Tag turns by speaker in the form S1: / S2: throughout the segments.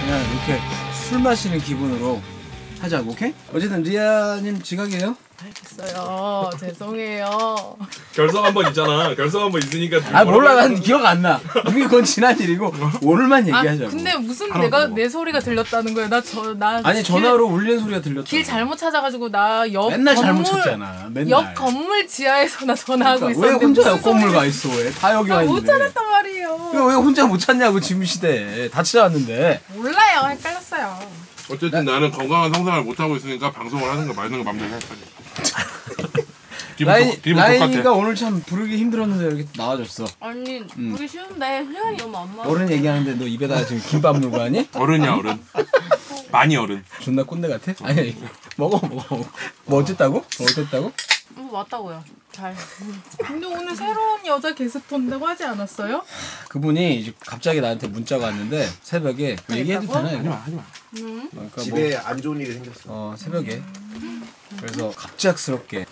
S1: 그냥 이렇게 술 마시는 기분으로 하자고, 오케이? 어쨌든 리아님 지각이에요?
S2: 알겠어요. 죄송해요.
S3: 결성 한 번 있잖아. 결성 한 번 있으니까. 뭐
S1: 아 몰라, 난 기억 안 나. 이게 그건 지난 일이고 오늘만
S2: 아
S1: 얘기하자고.
S2: 근데 무슨 내가 내 소리가 들렸다는 거예요. 나저나
S1: 아니 전화로 울리는 소리가 들렸다.
S2: 길, 길 잘못 찾아가지고 나 옆
S1: 맨날 잘못
S2: 건물
S1: 찾잖아. 맨날.
S2: 옆 건물 지하에서 나 전화하고
S1: 그러니까 왜
S2: 있었는데
S1: 혼자
S2: 무슨
S1: 옆 건물
S2: 소리를-
S1: 가 있어? 왜? 다 여기 와
S2: 아, 못
S1: 있는데.
S2: 찾았단 말이에요.
S1: 왜, 왜 혼자 못 찾냐고 지금 시대에 다 찾아왔는데
S2: 몰라요. 헷갈렸어요.
S3: 어쨌든 나는 건강한 성장을 못 하고 있으니까 방송을 하는 거 말는 거 맘대로 할 거지. 기분
S1: 라인,
S3: 뭐, 똑- 기분
S1: 라인이가
S3: 똑같아.
S1: 오늘 참 부르기 힘들었는데 이렇게 나와줬어
S4: 아니
S1: 음.
S4: 보기 쉬운데 회원이 너무 안 맞아.
S1: 어른 얘기하는데 너 입에다가 지금 김밥 물고 하니?
S3: 어른이야 어른. 많이 어른.
S1: 존나 꼰대 같아? 아니 아니 먹어 먹어 먹어. 뭐 어쨌다고? 뭐 어쨌다고?
S4: 음, 맞다고요. 잘.
S2: 근데 오늘 새로운 여자 게스트 온다고 하지 않았어요?
S1: 그분이 이제 갑자기 나한테 문자가 왔는데 새벽에 그 얘기해도 되나? 하지마 하지마
S4: 네.
S1: 그러니까
S5: 집에 안 좋은 일이 생겼어.
S1: 뭐, 어 새벽에 그래서 갑작스럽게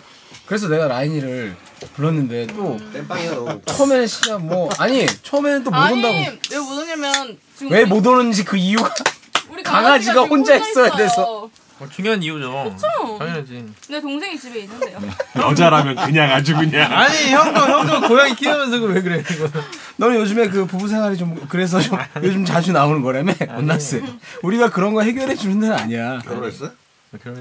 S1: 그래서 내가 라인이를 불렀는데 또
S5: 땜빵이야 너.
S1: 처음에는 진짜 뭐 아니 처음에는 또 못 온다고
S4: 음. 아니 왜 못 오냐면 지금
S1: 왜 못 오는지 그 이유가
S4: 우리
S1: 강아지가
S4: 지금
S1: 혼자 있어야
S4: 있어요.
S1: 돼서.
S6: 뭐 중요한 이유죠. 당연하지.
S4: 내 동생이 집에 있는데요.
S1: 네.
S3: 여자라면 그냥 아주 그냥.
S6: 아니 형도 형도 고양이 키우면서 그걸 왜 그래 이거.
S1: 너는 요즘에 그 부부 생활이 좀 그래서 좀 요즘 자주 나오는 거라며 온나스 우리가 그런 거 해결해 주는 데는 아니야
S5: 결혼했어?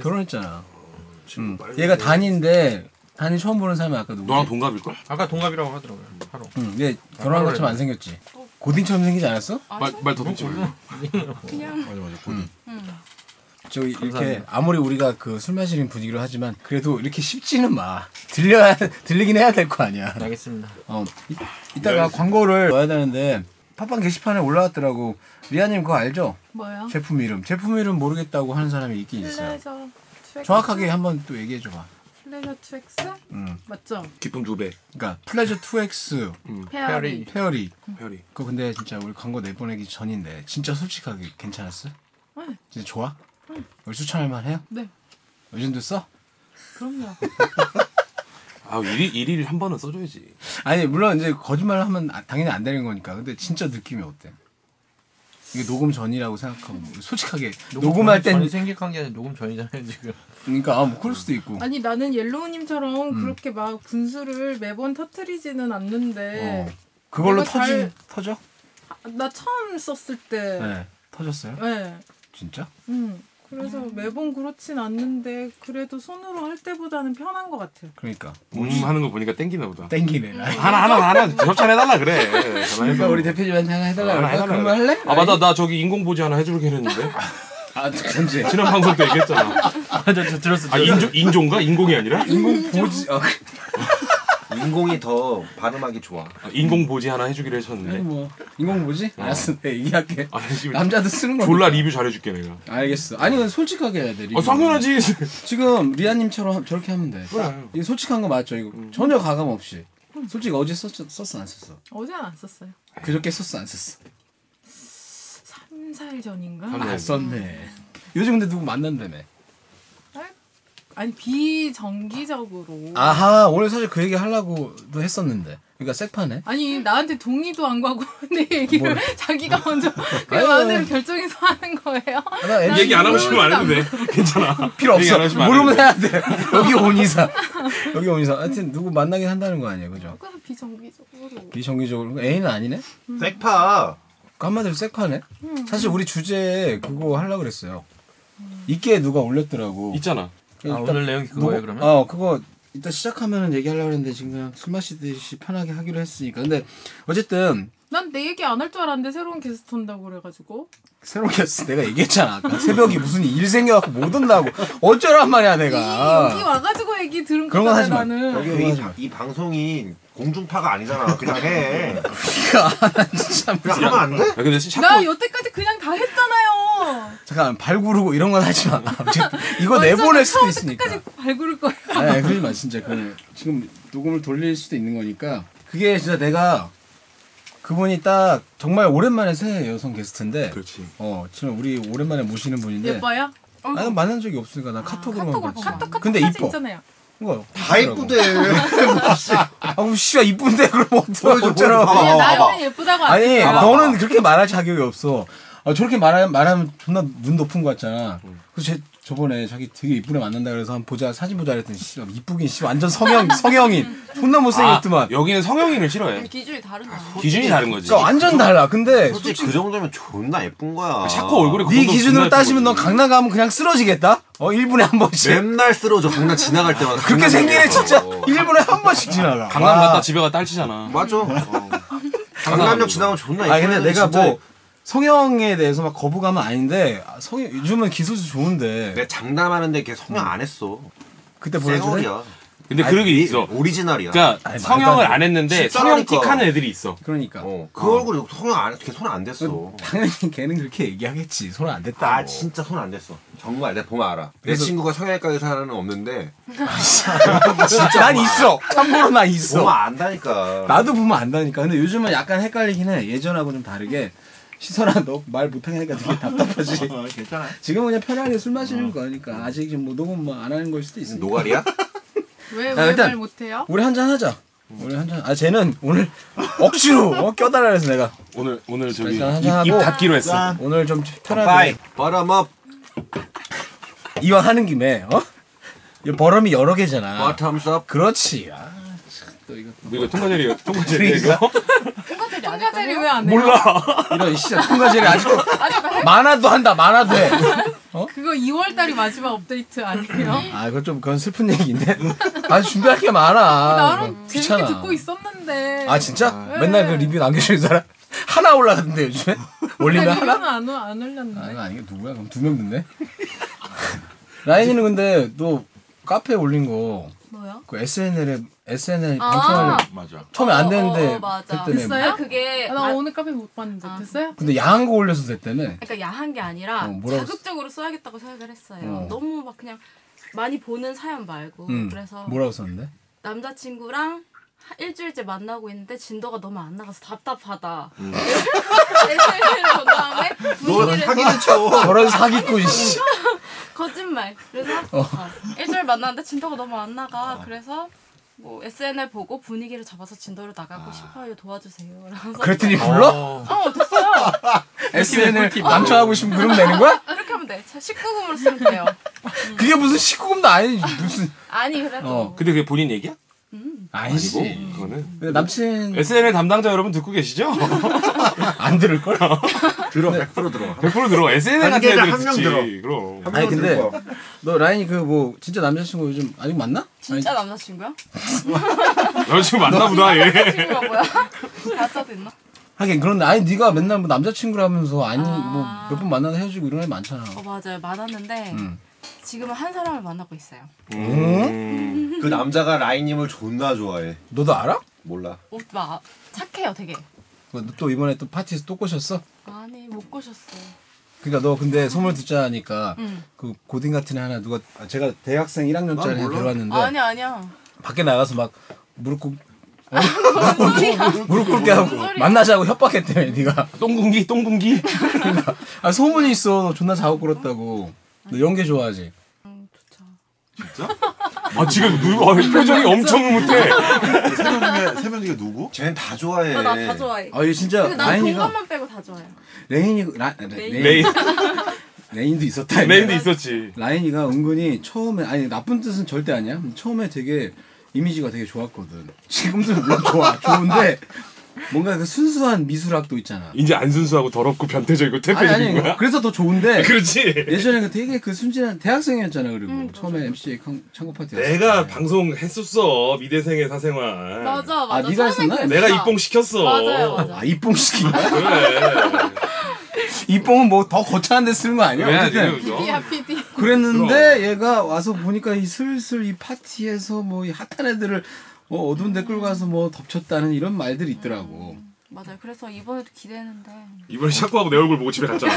S1: 결혼했잖아 음.
S5: 지금 말고.
S1: 얘가 단인데 단이 처음 보는 사람이 아까 누구
S3: 너랑 동갑일 걸?
S6: 아까 동갑이라고 하더라고요. 바로.
S1: 응, 얘 결혼한 것처럼 안 생겼지 고딩처럼 생기지 않았어?
S3: 말말더 듣지 말고.
S1: 저 이렇게 아무리 우리가 그 술 마시는 분위기로 하지만 그래도 이렇게 쉽지는 마 들려야 들리긴 해야 될 거 아니야
S6: 알겠습니다.
S1: 어, 이, 이따가 광고를 넣어야 되는데 팟빵 게시판에 올라왔더라고 리아님 그거 알죠?
S2: 뭐요?
S1: 제품 이름 제품 이름 모르겠다고 하는 사람이 있긴 있어요
S2: 플레저 트랙스.
S1: 정확하게 한번 또 얘기해줘봐
S2: 플레저 트랙스?
S1: 음.
S2: 맞죠?
S3: 기쁨 두 배.
S1: 그러니까 플레저 2X
S2: 페어리.
S1: 음. 페어리
S3: 별이.
S1: 그거 근데 진짜 우리 광고 내보내기 전인데 진짜 솔직하게 괜찮았어?
S2: 응.
S1: 진짜 좋아? 우리 추천할 만해요?
S2: 네.
S1: 요즘도 써?
S2: 그럼요.
S3: 아 일일 일일 한 번은 써줘야지.
S1: 아니 물론 이제 거짓말을 하면 아- 당연히 안 되는 거니까 근데 진짜 느낌이 어때? 이게 녹음 전이라고 생각하고 뭐 솔직하게 녹음 할땐
S6: 전이 생각한 게 아니라 녹음 전이잖아요 지금.
S1: 그러니까 아, 뭐 그럴 수도 있고
S2: 아니 나는 옐로우님처럼
S1: 음.
S2: 그렇게 막 분수를 매번 터트리지는 않는데
S1: 어. 그걸로
S2: 이거
S1: 터지
S2: 네. 잘-
S1: 터져?
S2: 아, 나 처음 썼을 때
S1: 어. 네 터졌어요?
S2: 네.
S1: 진짜?
S2: 음. 그래서 매번 그렇진 않는데 그래도 손으로 할 때보다는 편한 것 같아요.
S1: 그러니까
S3: 음 하는 거 보니까 땡기나 보다.
S1: 땡기네 나
S3: 하나 하나 하나 협찬해달라 그래. 전화해서.
S1: 그러니까 우리 대표님한테 하나 해달라고
S3: 하나
S1: 그럴까?
S3: 해달라
S1: 그런 거 할래?
S3: 그래. 아 맞아 나 저기 인공 보지 하나 해주긴 했는데
S1: 아 전제
S3: 지난 방송 때 얘기했잖아.
S6: 아저저 들었어.
S3: 아 인종 인종가 인공이 아니라
S1: 인공 보지 아, 그-
S5: 인공이 더 발음하기 좋아.
S3: 아, 인공 보지 하나 해주기로 했었는데.
S1: 뭐 인공 보지? 알았어 내가 얘기할게
S3: 아 지금
S1: 남자도 쓰는 거
S3: 졸라 리뷰 잘해줄게 내가.
S1: 알겠어 아니 근데 솔직하게 해야 돼 리뷰.
S3: 아 당연하지.
S1: 지금 리아님처럼 저렇게 하면 돼 이거 솔직한 거 맞죠 이거 전혀 가감 없이 솔직히 어제 썼, 썼어 안 썼어?
S2: 어제는 안 썼어요.
S1: 그저께 썼어 안 썼어?
S2: 3, 4일 전인가?
S3: 삼-
S1: 안 아, 썼네 요즘 근데 누구 만난다며
S2: 아니 비정기적으로.
S1: 아하 오늘 사실 그 얘기 하려고도 했었는데 그러니까 색파네
S2: 아니 나한테 동의도 안 가고 내 얘기를 자기가 먼저 그
S1: 아니,
S2: 마음대로
S1: 아니.
S2: 결정해서 하는 거예요.
S1: 나 애초에
S3: 얘기 안 하고 싶으면 안 해도 돼. 괜찮아.
S1: 필요
S3: 얘기 안 아,
S1: 없어
S3: 하시면 안
S1: 모르면
S3: 돼.
S1: 해야 돼
S3: 네.
S1: 여기 온 이상 여기 온 이상 하여튼 누구 만나긴 한다는 거 아니에요 그죠?
S2: 그냥 비정기적으로.
S1: 비정기적으로 애인은 아니네?
S5: 색파.
S1: 그 한마디로 섹파네? 사실 우리 주제에 그거 하려고 그랬어요 이게 누가 올렸더라고
S3: 있잖아.
S6: 아 오늘 내용이 그거예요 그러면?
S1: 어 그거 이따 시작하면 얘기하려고 했는데 지금 그냥 술 마시듯이 편하게 하기로 했으니까 근데 어쨌든
S2: 난 내 얘기 안 할 줄 알았는데 새로운 게스트 온다고 그래가지고.
S1: 새로운 게스트 내가 얘기했잖아 아까 새벽이 무슨 일 생겨갖고 못 온다고 어쩌란 말이야
S2: 이,
S1: 내가
S2: 여기 와가지고 얘기 들은
S1: 그런 건
S2: 거잖아
S1: 하지 마.
S2: 나는.
S1: 그거
S5: 여기 뭐 이,
S1: 하지 마.
S5: 이 방송이 공중파가 아니잖아. 그냥 해.
S1: 참
S5: 그냥 하면 안 돼?
S3: 아, 근데 샤프
S4: 나 여태까지 그냥 다 했잖아요.
S1: 잠깐 발 구르고 이런 건 하지 마. 지금 이거 내보낼 수도 있으니까.
S4: 끝까지 발굴 거예요.
S1: 네, 그러지 마 진짜 그 지금 녹음을 돌릴 수도 있는 거니까 그게 진짜 내가 그분이 딱 정말 오랜만에 새 여성 게스트인데
S5: 그렇죠.
S3: 그렇지.
S1: 어 지금 우리 오랜만에 모시는 분인데
S4: 예뻐요?
S1: 아, 난 만난 적이 없으니까 나 카톡으로만
S4: 카톡으로
S1: 봤지.
S4: 카톡 카톡
S1: 근데
S4: 사진
S1: 이뻐.
S4: 있잖아요.
S1: 이거
S5: 다 이쁘대.
S1: 아 그럼 씨가 이쁜데 그럼
S5: 보여줘, 보여줘.
S1: 어쩌라고?
S4: 아니
S5: 봐봐,
S4: 나는
S5: 봐봐.
S4: 예쁘다고 안
S1: 아니
S4: 했어요.
S1: 너는 그렇게 말할 자격이 없어. 아, 저렇게 말하면, 말하면 존나 눈 높은 거 같잖아. 그래서 제, 저번에 자기 되게 이쁘게 만난다 그래서 한번 보자 사진 보자 그랬더니 씨 이쁘긴 씨 완전 성형 성형인 존나
S5: 아,
S1: 못생겼더만.
S3: 여기는 성형인을
S7: 아,
S3: 싫어해.
S4: 기준이 다른 거 아니야?
S3: 기준이 다른 거지.
S1: 그러니까 완전 달라. 근데
S5: 솔직히 그 정도면 존나 예쁜 거야.
S3: 샤코 얼굴이 그
S1: 네
S3: 정도
S1: 기준으로
S3: 존나
S1: 따지면
S3: 예쁜
S1: 넌
S3: 거지.
S1: 강남 가면 그냥 쓰러지겠다. 어 1분에 한 번씩.
S5: 맨날 쓰러져. 강남 지나갈 때마다.
S1: 그렇게
S5: 강남
S1: 생기네
S5: 지나가서.
S1: 진짜 1분에 한 번씩 지나가.
S3: 강남
S1: 와.
S3: 갔다 아, 집에 갔다 딸치잖아.
S5: 맞아. 어. 강남역 지나가면 존나 예쁜
S1: 아니 근데
S5: 애들이
S1: 내가
S5: 진짜
S1: 뭐 성형에 대해서 막 거부감은 아닌데 아, 성형 요즘은 기술도 좋은데
S5: 내가 장담하는데 걔 성형 안 했어.
S1: 그때 음. 보여줄래?
S5: 네, 생얼이야.
S3: 근데
S1: 아니,
S3: 그런 게 있어.
S5: 오리지널이야.
S3: 그러니까
S1: 아니, 말도
S3: 성형을
S1: 안
S3: 안 했는데
S5: 진짜라니까.
S3: 성형 틱하는 애들이 있어.
S1: 그러니까
S5: 어, 그 얼굴이 성형 안 했어. 걔 손 안 댔어.
S1: 당연히 걔는 그렇게 얘기하겠지 손 안 댔다고.
S5: 아 진짜 손 안 댔어. 정말 내가 보면 알아.
S1: 그래서-
S5: 내 친구가 성형외과에 사는 없는데
S1: 진짜 난 있어. 참고로 난
S5: 보면
S1: 있어.
S5: 안다니까.
S1: 나도 보면 안다니까. 근데 요즘은 약간 헷갈리긴 해. 예전하고 좀 다르게 시선아 너 말 못하니까 되게 답답하지.
S5: 어,
S6: 괜찮아.
S1: 지금 그냥 편하게 술 마시는 거니까 아직 지금 뭐 녹음 뭐안 하는 걸 수도 있어.
S5: 노가리야?
S4: 왜왜
S1: 아,
S4: 말
S1: 일단-
S4: 못해요?
S1: 우리 한 잔 하자. 우리 한 잔. 아 쟤는 오늘 억지로 어, 껴달라 그래서 내가
S3: 오늘 오늘 저기 입,
S1: 일단 하고.
S3: 입 닫기로 했어.
S1: 오늘 좀
S5: 빠이.
S1: 편하게
S5: 바람업
S1: 이왕 하는 김에 어? 이 버럼이 여러
S5: 뭐
S1: 개잖아.
S5: 바텀섭
S1: 그렇지. 아, 그러니까. 또 이거
S3: 뭐 이거 통과제리야. 통과제리 이거.
S4: 통과제리 안 통과제리 왜안 해요?
S3: 몰라.
S1: 이런 시장 통과제를 아직
S4: 아직 할-
S1: 만화도 한다. 만화도 해.
S4: 그거 2월 달이 마지막 업데이트 아니에요?
S1: 아, 그건 좀 그건 슬픈 얘기인데. 아, 준비할 게 많아.
S4: 나름
S1: 귀찮아.
S4: 재밌게 듣고 네. 있었는데.
S1: 아, 진짜? 맨날 그 리뷰 남겨주는 사람 하나 올라갔는데 요즘에 올리면
S2: 네,
S4: 근데
S1: 하나.
S4: 이거는 안, 올- 안 올렸는데.
S1: 아, 이거 아니야. 누구야? 그럼 두 명 듣네. 라인이는 근데 너 카페에 올린 거.
S4: 뭐야?
S1: 그 SNL에 SNL
S4: 아.
S1: 방송하려
S3: 맞아.
S1: 처음에 안 되는데
S4: 어, 어, 맞아.
S1: 됐다며.
S4: 아, 그게
S2: 아, 나 오늘 카페 못 봤는데
S4: 아.
S2: 됐어요?
S1: 근데 야한 거 올려서 됐다며.
S4: 그러니까 야한 게 아니라
S1: 어, 뭐라고
S4: 자극적으로 써야겠다고 생각을 했어요.
S1: 어.
S4: 너무 막 그냥 많이 보는 사연 말고
S1: 응.
S4: 그래서
S1: 뭐라고 썼는데?
S4: 남자친구랑 하- 일주일째 만나고 있는데 진도가 너무 안 나가서 답답하다.
S3: 음.
S4: SNS를 본 다음에
S1: 뭐,
S5: 너
S4: 분위기를
S5: 사기는
S4: 어.
S5: 쳐.
S1: 저런 사기꾼 씨.
S4: 거짓말. 그래서 어, 일주일 만났는데 진도가 너무 안 나가.
S1: 어.
S4: 그래서 뭐 SNL 보고 분위기를 잡아서 진도를 나가고 싶어요. 도와주세요. 그래서
S1: 그랬더니
S6: 아,
S1: 불러?
S4: 어 됐어요.
S1: SNL 남청하고 싶으면 그러면 되는 거야?
S4: 이렇게 하면 돼. 19금으로 쓰면 돼요.
S1: 그게 무슨 19금도 아니지 무슨
S4: 아니 그래도
S1: 어.
S3: 근데 그게 본인 얘기야?
S1: 아니지 음.
S3: 그거는
S1: 근데 남친
S3: SNL 담당자 여러분 듣고 계시죠?
S1: 안 들을 걸?
S5: 들어 100% 들어.
S3: 100% 들어. SNL 같은
S5: 관계자
S3: 애들
S5: 한명
S3: 듣지.
S5: 들어.
S3: 그럼.
S5: 한
S1: 아니,
S5: 명
S1: 근데-
S5: 들고 와.
S1: 너 라인이 그 뭐 진짜 남자친구 요즘 아직 만나?
S4: 진짜 남자친구야?
S3: 너 지금 만나보다 얘.
S4: 친구가 뭐야? 가짜도 있나?
S1: 하긴 그런데 아니 네가 맨날 뭐 남자친구라면서 아니 뭐
S4: 아.
S1: 몇 번 만나서 헤어지고 이런 애 많잖아.
S4: 어 맞아요 많았는데
S1: 음.
S4: 지금은 한 사람을 만나고 있어요.
S3: 음.
S5: 그 남자가 라인님을 존나 좋아해.
S1: 너도 알아?
S5: 몰라.
S4: 오빠 착해요 되게.
S1: 그거 너또 이번에 또 파티에서 또 꼬셨어?
S4: 아니 못 꼬셨어.
S1: 그러니까 너 근데 선물 듣자니까
S4: 응.
S1: 그 고딩 같은 애 하나 누가 아, 제가 대학생 1학년짜리 애 데려왔는데
S4: 아니 아니야.
S1: 밖에 나가서 막 무릎 꿇 어?
S4: 뭔 아, 소리야?
S1: 무릎 꿇게 하고
S4: 소리야?
S1: 만나자고 협박했대 네가.
S3: 똥궁기 똥궁기.
S1: 아 소문이 있어. 너 존나 자고 끓었다고. 너 연기 좋아하지?
S4: 음, 좋죠.
S3: 아 지금 눈 어, 표정이 엄청 못해.
S5: 그
S8: 세명 중에 세명 중에 누구?
S5: 쟤는 다 좋아해.
S4: 나다 좋아해.
S1: 아, 얘 진짜
S4: 근데 난
S1: 라인이가
S4: 동감만 빼고 다 좋아해.
S1: 레인이 라,
S4: 레인.
S1: 레인
S3: 레인
S1: 레인도 있었다. 이거.
S3: 레인도 있었지.
S1: 라인이가 은근히 처음에 아니 나쁜 뜻은 절대 아니야. 처음에 되게 이미지가 되게 좋았거든. 지금도 물론 좋아 좋은데 뭔가 그 순수한 미술학도 있잖아.
S3: 이제 안 순수하고 더럽고 변태적이고
S1: 아니
S3: 퇴폐적인 거야.
S1: 아니 그래서 더 좋은데
S3: 그렇지.
S1: 예전에 그 되게 그 순진한 대학생이었잖아 그리고
S4: 그렇죠.
S1: 처음에 MC 창고 파티
S3: 내가 방송 했었어 미대생의 사생활.
S4: 맞아 맞아.
S1: 아, 네가
S4: 처음엔
S1: 했었나?
S3: 내가
S4: 그랬어.
S3: 입봉 시켰어.
S4: 맞아요, 맞아요.
S1: 아 이뽕시킨 거야?
S3: 그래.
S1: 이뽕은 뭐 더 거창한 데 쓰는 거 아니야?
S3: 왜
S1: 어쨌든
S3: 지금 저?
S4: 야 PD.
S1: 그랬는데 얘가 와서 보니까 이 슬슬 이 파티에서 뭐 이 핫한 애들을 어, 어두운 댓글 가서 뭐 덮쳤다는 이런 말들이 있더라고.
S4: 맞아요. 그래서 이번에도 기대했는데
S7: 이번에 샤코 하고 내 얼굴 보고 집에 갔잖아.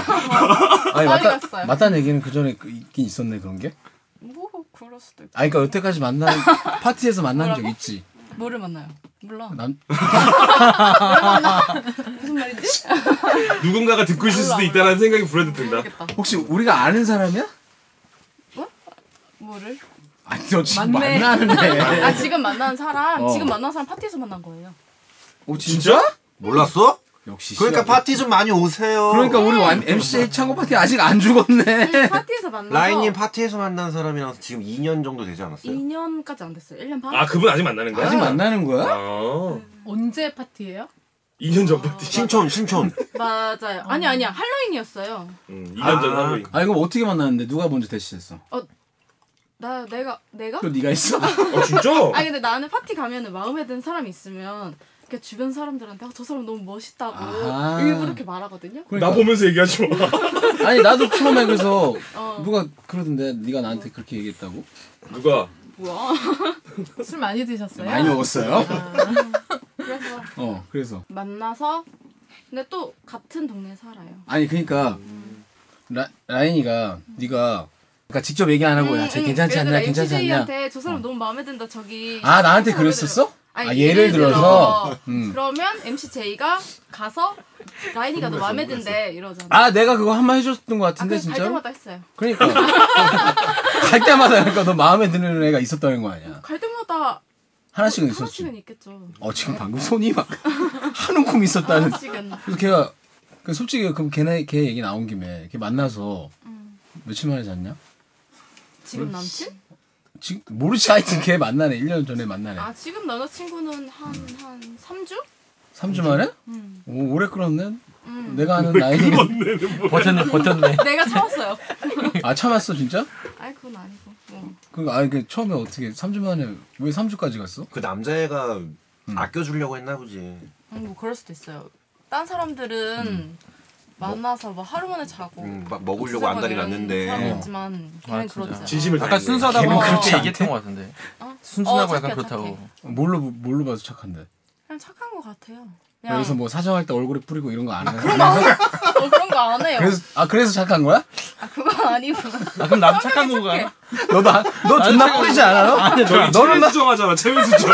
S1: 아니
S4: 떨렸어요.
S1: 맞다 맞다는 얘기는 그 전에 그 있긴 있었네 그런 게.
S4: 뭐 그럴 수도 있고.
S1: 아니 그러니까 여태까지 만난 파티에서 만난 적 있지.
S4: 뭐를 만나요? 몰라.
S1: 남
S4: 무슨 말이지?
S7: 누군가가 듣고 있을 수도 있다라는 생각이 불현듯 든다.
S4: 모르겠다.
S1: 혹시 우리가 아는 사람이야?
S4: 뭐를?
S1: 아니 너 지금
S4: 맞네.
S1: 만나는데.
S4: 아 지금 만난 사람,
S1: 어.
S4: 지금 만난 사람 파티에서 만난 거예요.
S1: 오 진짜?
S5: 몰랐어?
S1: 역시.
S5: 그러니까
S1: 시작이다.
S5: 파티 좀 많이 오세요.
S1: 그러니까 우리 완- MC 창고 파티 아직 안 죽었네.
S4: 파티에서 만나서
S5: 라인님 파티에서 만난 사람이랑 지금 2년 정도 되지 않았어요?
S4: 2년까지 안 됐어요. 1년 반.
S7: 아 그분 아직 만나는 거야?
S1: 아직 만나는 거야? 어.
S7: 아,
S9: 언제 파티예요?
S7: 2년 전 파티.
S5: 신촌 신촌.
S4: 맞아요. 아니 아니야. 할로윈이었어요.
S7: 음, 2년 전
S5: 아.
S7: 할로윈.
S1: 아니 그럼 어떻게 만났는데 누가 먼저 대시했어?
S4: 나 내가 내가?
S1: 또 네가 그, 있어?
S7: 아 진짜?
S4: 아니 근데 나는 파티 가면은 마음에 드는 사람이 있으면 이렇게 주변 사람들한테 어, 저 사람 너무 멋있다고
S1: 아하.
S4: 일부러 이렇게 말하거든요.
S7: 나 보면서 얘기하지 마.
S1: 아니 나도 처음에 그래서
S4: 어.
S1: 누가 그러던데 네가 나한테 그렇게 얘기했다고?
S7: 누가?
S4: 뭐야?
S9: 술 많이 드셨어요?
S1: 많이 먹었어요.
S4: 그래서
S1: 어 그래서
S4: 만나서 근데 또 같은 동네에 살아요.
S1: 아니 그러니까 라, 라인이가 네가 그러니까 직접 얘기 안 하고 야,
S4: 음,
S1: 쟤 괜찮지 않냐 괜찮지 않냐 어.
S4: MCJ한테 저 사람 너무 마음에 든다 저기.
S1: 아 나한테
S4: 신청을
S1: 그랬었어?
S4: 아니,
S1: 아, 예를 들어서? 음.
S4: 그러면 MCJ가 가서 라인이가 너 마음에 든대 이러잖아.
S1: 아 내가 그거 한 번 해줬던 것 같은데
S4: 아, 그래서 갈
S1: 진짜 로
S4: 때마다 했어요.
S1: 그러니까 갈 때마다 그러니까 너 마음에 드는 애가 있었다는 거 아니야
S4: 갈 때마다 뭐,
S1: 하나씩은 있었지
S4: 하나씩은 있겠죠.
S1: 어 지금 방금 손이 막 한움큼 있었다는
S4: 하나씩은
S1: 그래서 걔가 그 솔직히 그럼 걔네 걔 얘기 나온 김에 걔 만나서
S4: 음.
S1: 며칠 만에 잤냐?
S4: 지금 남친?
S1: 지금 모르지 하여튼 걔 만나네 1년 전에 만나네
S4: 아 지금 남자친구는 한 한 3주?
S1: 삼 3주 만에?
S4: 음.
S1: 오 오래 끌었네
S4: 음.
S1: 내가 아는 라인이
S6: 버텼네 버텼네.
S4: 내가 참았어요.
S1: 아 참았어 진짜?
S4: 아니 그건 아니고. 뭐.
S1: 그 아니 그 처음에 어떻게 3주 만에 왜 3주까지 갔어?
S5: 그 남자애가 아껴주려고 했나 보지.
S4: 음, 뭐 그럴 수도 있어요. 딴 사람들은
S1: 음.
S4: 만나서 뭐 하루 만에 자고
S5: 음, 막
S4: 그
S5: 먹으려고 안달이
S4: 사람
S5: 났는데.
S4: 있지만
S6: 아,
S4: 걔는
S6: 진짜.
S4: 그렇죠.
S7: 진심을
S6: 아까
S7: 다하는 거야.
S6: 순수하다고
S4: 걔는 그렇지
S6: 그렇게
S4: 않대?
S6: 얘기했던 것 같은데.
S4: 어?
S6: 순순하고
S4: 어,
S6: 약간
S4: 착해,
S6: 그렇다고.
S4: 착해.
S1: 뭘로 뭘로 봐서 착한데?
S4: 그냥 착한 것 같아요. 그냥
S1: 여기서 뭐 사정할 때 얼굴에 뿌리고 이런 거
S4: 아,
S1: 안 해.
S4: 어, 그런 거 안 해요.
S1: 그래서 아 그래서 착한 거야?
S4: 아, 그건 아니고.
S6: 아 그럼 남 착한 건가?
S1: 너도 안- 너 존나 뿌리지 않아요?
S7: 저기
S1: 너는
S7: 체면
S1: 나
S7: 수정하잖아. 체면 수정.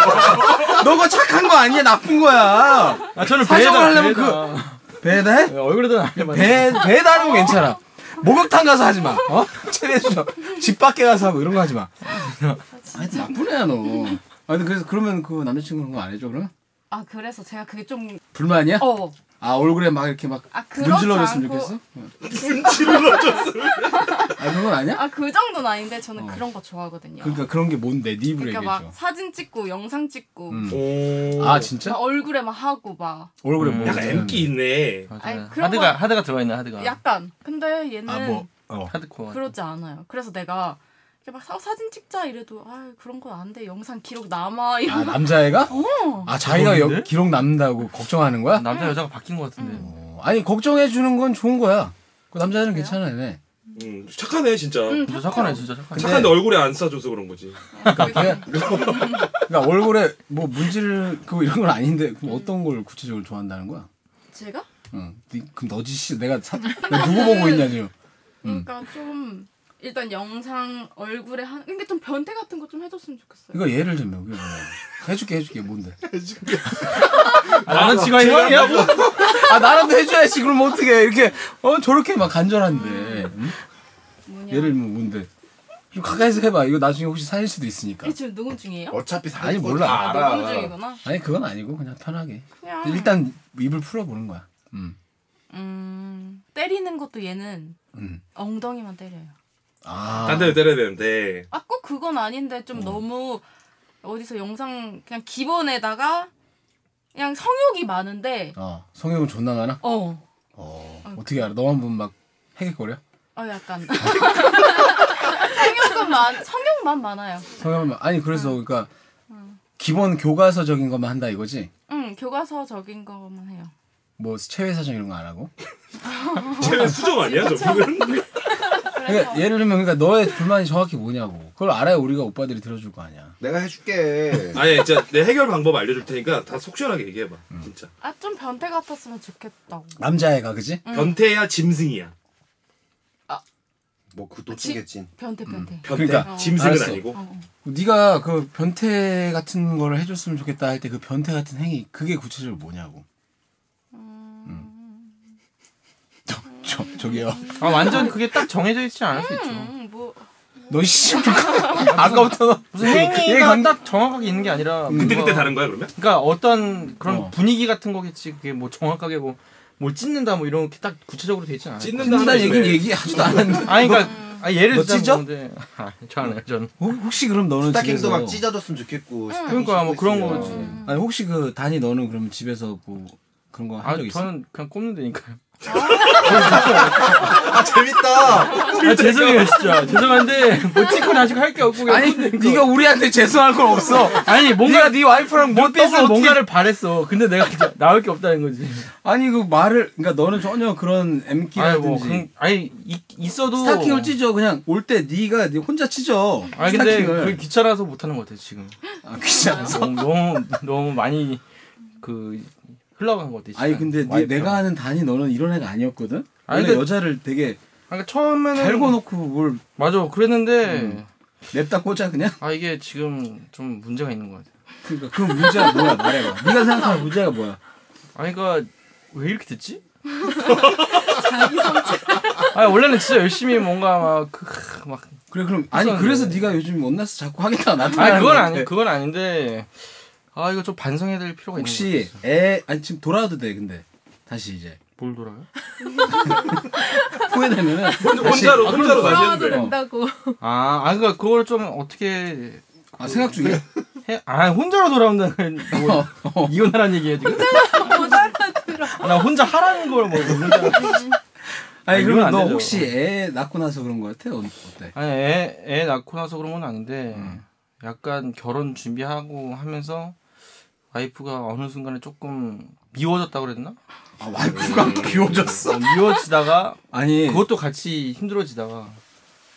S1: 너거 착한 거 아니야 나쁜 거야.
S6: 아
S1: 사정을
S6: 저는 배에다
S1: 하려면
S6: 배에다.
S1: 배달?
S7: 네,
S6: 야, 그 얼굴에다 안 해봤어.
S1: 배 배달은 괜찮아. 목욕탕 가서 하지 마. 어? 최대수죠. 집 밖에 가서 하고 이런 거 하지 마. 하여튼 나쁜 애야 너. 아 근데 그래서 그러면 그 남자친구는 그거 안 해줘 그럼?
S4: 아 그래서 제가 그게 좀
S1: 불만이야?
S4: 어.
S1: 아 얼굴에 막 이렇게 막
S4: 아 그렇지
S1: 문질러줬으면
S4: 않고.
S1: 좋겠어? 문질러줬으면 아 그건 아니야?
S4: 아 그 정도는 아닌데 저는
S1: 어.
S4: 그런 거 좋아하거든요.
S1: 그러니까 그런 게 뭔데 네 입으로
S4: 그러니까
S1: 얘기해줘
S4: 막 사진 찍고 영상 찍고
S1: 음.
S7: 오.
S1: 아
S4: 막
S1: 진짜?
S4: 얼굴에 막 하고 막
S1: 얼굴에
S6: 음.
S1: 뭐
S7: 약간
S1: 묻어놨는데.
S7: 엠기 있네.
S4: 아니,
S6: 맞아요.
S4: 그런
S6: 하드가
S4: 건-
S6: 하드가 들어가 있네 하드가.
S4: 약간 근데 얘는
S1: 아 뭐? 어.
S4: 음.
S6: 하드코어.
S4: 그러지 않아요. 그래서 내가 이렇게 막 사, 사진 찍자 이래도 아 그런 건 안 돼. 영상 기록 남아
S1: 아
S4: 이런.
S1: 남자애가?
S4: 어.
S1: 아 자기가 여,
S6: 그런데?
S1: 기록 남는다고 걱정하는 거야?
S6: 아, 남자 여자가 바뀐 것 같은데.
S4: 음.
S1: 어, 아니 걱정해 주는 건 좋은 거야. 그 남자애는
S4: 그래요?
S1: 괜찮아. 얘.
S7: 음, 착하네 진짜.
S4: 응,
S6: 진짜 착하네 진짜 착하네.
S7: 착한데 얼굴에 안 싸줘서 그런 거지.
S4: 그게
S1: 그러니까 얼굴에 뭐 문질 그거 이런 건 아닌데 그럼 어떤 걸 구체적으로 좋아한다는 거야?
S4: 제가
S1: 응. 네, 그럼 너지 씨 내가 사, 내가 누구 보고 있냐 지금?
S4: 그러니까 좀 일단 영상 얼굴에 한 근데 좀 변태 같은 거 좀 해줬으면 좋겠어요.
S1: 이거 예를 들면 그게 뭐야? 해줄게 해줄게 뭔데?
S6: 아, 나는 지가 형이야.
S1: 아 나라도 해줘야지 그럼 어떻게 이렇게 어 저렇게 막 간절한데 응?
S4: 뭐냐?
S1: 예를 뭐 뭔데? 좀 가까이서 해봐 이거 나중에 혹시 사귈 수도 있으니까.
S4: 이게 지금 녹음 중이에요?
S5: 어차피 사귈
S1: 아니,
S5: 거
S1: 몰라.
S5: 다
S4: 아,
S5: 알아.
S4: 녹음 중이구나.
S1: 아니 그건 아니고 그냥 편하게
S4: 그냥
S1: 일단 입을 풀어보는 거야. 음.
S4: 음 때리는 것도 얘는
S1: 음.
S4: 엉덩이만 때려요.
S1: 아.
S7: 딴 데로 때려야 되는데.
S4: 아 꼭 그건 아닌데 좀 너무 어디서 영상 그냥 기본에다가 그냥 성욕이 많은데
S1: 어 성형은 존나 많아.
S4: 어
S1: 어
S4: 아,
S1: 어떻게 알아? 너만 보면 막 해객거려?
S4: 어 약간 성욕은 많 성욕만 많아요.
S1: 성형은 막- 아니 그래서 그러니까 기본 교과서적인 것만 한다 이거지.
S4: 응 교과서 적인 거만 해요.
S1: 뭐 체외 사정 이런 거 안 하고.
S7: 체면 수정 아니야 저분은?
S1: 그러니까 예를 들면 그러니까 너의 불만이 정확히 뭐냐고 그걸 알아야 우리가 오빠들이 들어줄 거 아니야.
S5: 네.
S8: 내가 해줄게.
S7: 아니 진짜 내 해결 방법 알려줄 테니까 다 속 시원하게 얘기해봐 진짜
S4: 아 좀 변태 같았으면 좋겠다고.
S1: 남자애가 그지?
S7: 변태야 짐승이야
S8: 뭐
S5: 아,
S8: 그것도
S4: 지-
S8: 찐겠지.
S4: 변태 변태.
S7: 변태
S1: 그러니까.
S7: 짐승은
S1: 알았어.
S7: 아니고
S1: 네가 그 변태 같은 걸 해줬으면 좋겠다 할 때 그 변태 같은 행위 그게 구체적으로 뭐냐고. 음. 저, 저 저기요.
S6: 아 완전 그게 딱 정해져 있지 않을 수 있죠.
S4: 음, 뭐
S1: 너 씨. 아까부터
S6: 무슨 행위가 딱 정확하게 있는 게 아니라
S7: 그때
S6: 뭔가-
S7: 그때 다른 거야 그러면?
S6: 그러니까 어떤 그런
S1: 어.
S6: 분위기 같은 거겠지. 그게 뭐 정확하게 뭐 뭘 찢는다 뭐 이런 게 딱 구체적으로 돼 있지 않아요.
S1: 찐다는 얘기는 얘기하지도 않았는데.
S6: 아니 그러니까 아, 예를
S1: 너
S6: 들자면
S1: 찢어?
S6: 뭔데. 아, 저 않아요. 저는.
S1: 혹- 혹시 그럼 너는
S5: 스타킹도
S1: 집에서
S5: 막 찢어졌으면 좋겠고. 스타킹
S6: 그러니까 뭐
S5: 신고
S6: 그런
S5: 있으면.
S6: 거지.
S1: 아니 혹시 그 단이 너는 그럼 집에서 뭐 그런 거
S6: 아
S1: 한 적 있어?
S6: 저는 그냥 꼽는 데니까요.
S5: 아 재밌다.
S6: 아 죄송해요 진짜 죄송한데 뭐 찍고 다시 할 게 없고 그냥
S1: 아니
S6: 꼽는 거.
S1: 네가 우리한테 죄송할 건 없어.
S6: 아니 뭔가
S1: 네가 네 와이프랑 뭐
S6: 뭔가
S1: 떡을 뭔가
S6: 뭔가를 바랬어. 근데 내가 진짜 나올 게 없다는 거지.
S1: 아니 그 말을 그러니까 너는 전혀 그런
S6: 아니 뭐
S1: 엠기라든지
S6: 그런- 아니 있, 있어도
S1: 스타킹을 찢어 그냥 올 때 네가 네 혼자 찢어.
S6: 아니 근데
S1: 스타킹을.
S6: 그게 귀찮아서 못 하는 것 같아 지금.
S1: 아, 귀찮아서.
S6: 너무 너무, 너무 많이 그 흘러간 것 같아. 시간이.
S1: 아니 근데 네,
S6: 와이프랑.
S1: 내가 아는 단이 너는 이런 애가 아니었거든.
S6: 아니,
S1: 원래
S6: 근데-
S1: 여자를 되게
S6: 그러니까 처음에는
S1: 달고 놓고 뭘
S6: 맞아 그랬는데
S1: 냅다 꽂아 그냥.
S6: 아 이게 지금 좀 문제가 있는 것 같아.
S1: 그러니까 그 문제가 뭐야 말해봐. 네가 생각하는 문제가 뭐야?
S6: 아니 그러니까 왜 이렇게 듣지? 아니 원래는 진짜 열심히 뭔가 막막 그, 막-
S1: 그래 그럼 아니
S6: 이상하네.
S1: 그래서 네가 요즘 못나서 자꾸 하겠다 나타나.
S6: 아니 그건 아니 그건 아닌데 아 이거 좀 반성해야 될 필요가 있는 것
S1: 혹시
S6: 같아.
S1: 애 아니 지금 돌아와도 돼 근데 다시 이제
S6: 뭘 돌아요?
S1: 후회되면은
S7: 혼자로 혼자로 다시
S9: 돌아와도
S7: 했는데
S9: 된다고.
S6: 아, 아 그러니까 그걸 좀 어떻게
S1: 아 생각 중이야.
S6: 해? 아 혼자로 돌아온다는 건 뭐,
S1: 어.
S6: 이혼하라는 얘기야 지금? 아, 나 혼자 하라는 걸뭐 혼자
S1: 아니
S6: 아,
S1: 그러면
S6: 이건 안
S1: 너
S6: 되죠.
S1: 혹시 애 낳고 나서 그런 거 같아? 어, 어때?
S6: 아니 애, 애 낳고 나서 그런 건 아닌데
S1: 음.
S6: 약간 결혼 준비하고 하면서 와이프가 어느 순간에 조금 미워졌다 그랬나?
S1: 아 와이프가 비워졌어.
S6: 어, 미워지다가
S1: 아니
S6: 그것도 같이 힘들어지다가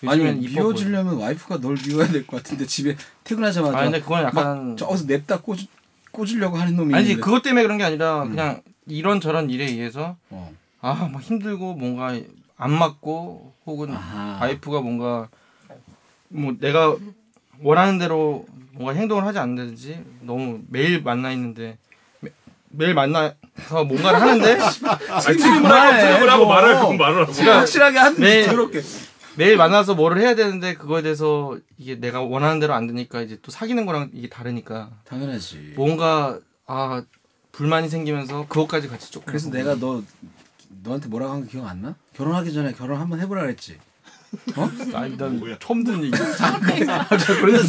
S1: 예. 아니면
S6: 요즘엔 이뻐
S1: 비워주려면 와이프가 널 비워야 될 것 같은데 집에
S6: 보여.
S1: 퇴근하자마자
S6: 아 근데 그건 약간
S1: 막 저어서 냅다 꽂 꽂으려고 하는 놈이
S6: 아니지
S1: 있는데.
S6: 그것 때문에 그런 게 아니라
S1: 음.
S6: 그냥 이런 저런 일에 의해서
S1: 어.
S6: 아 막 힘들고 뭔가 안 맞고 혹은
S1: 아하.
S6: 와이프가 뭔가 뭐 내가 원하는 대로 뭔가 행동을 하지 않는다든지 너무 매일 만나 있는데 매, 매일 만나서 뭔가를 하는데
S7: 질문을 하고 질문을 하고 말을 하고 말을 하고
S1: 확실하게 한
S6: 네.
S1: 더럽게.
S6: 매일 만나서 뭐를 해야 되는데 그거에 대해서 이게 내가 원하는 대로 안 되니까 이제 또 사귀는 거랑 이게 다르니까
S1: 당연하지.
S6: 뭔가 아 불만이 생기면서 그것까지 같이 조금
S1: 그래서 내가 너 너한테 뭐라고 한 거 기억 안 나? 결혼하기 전에 결혼 한번 해보라 그랬지.
S6: 아니 난 처음 듣는 얘기
S1: 그래서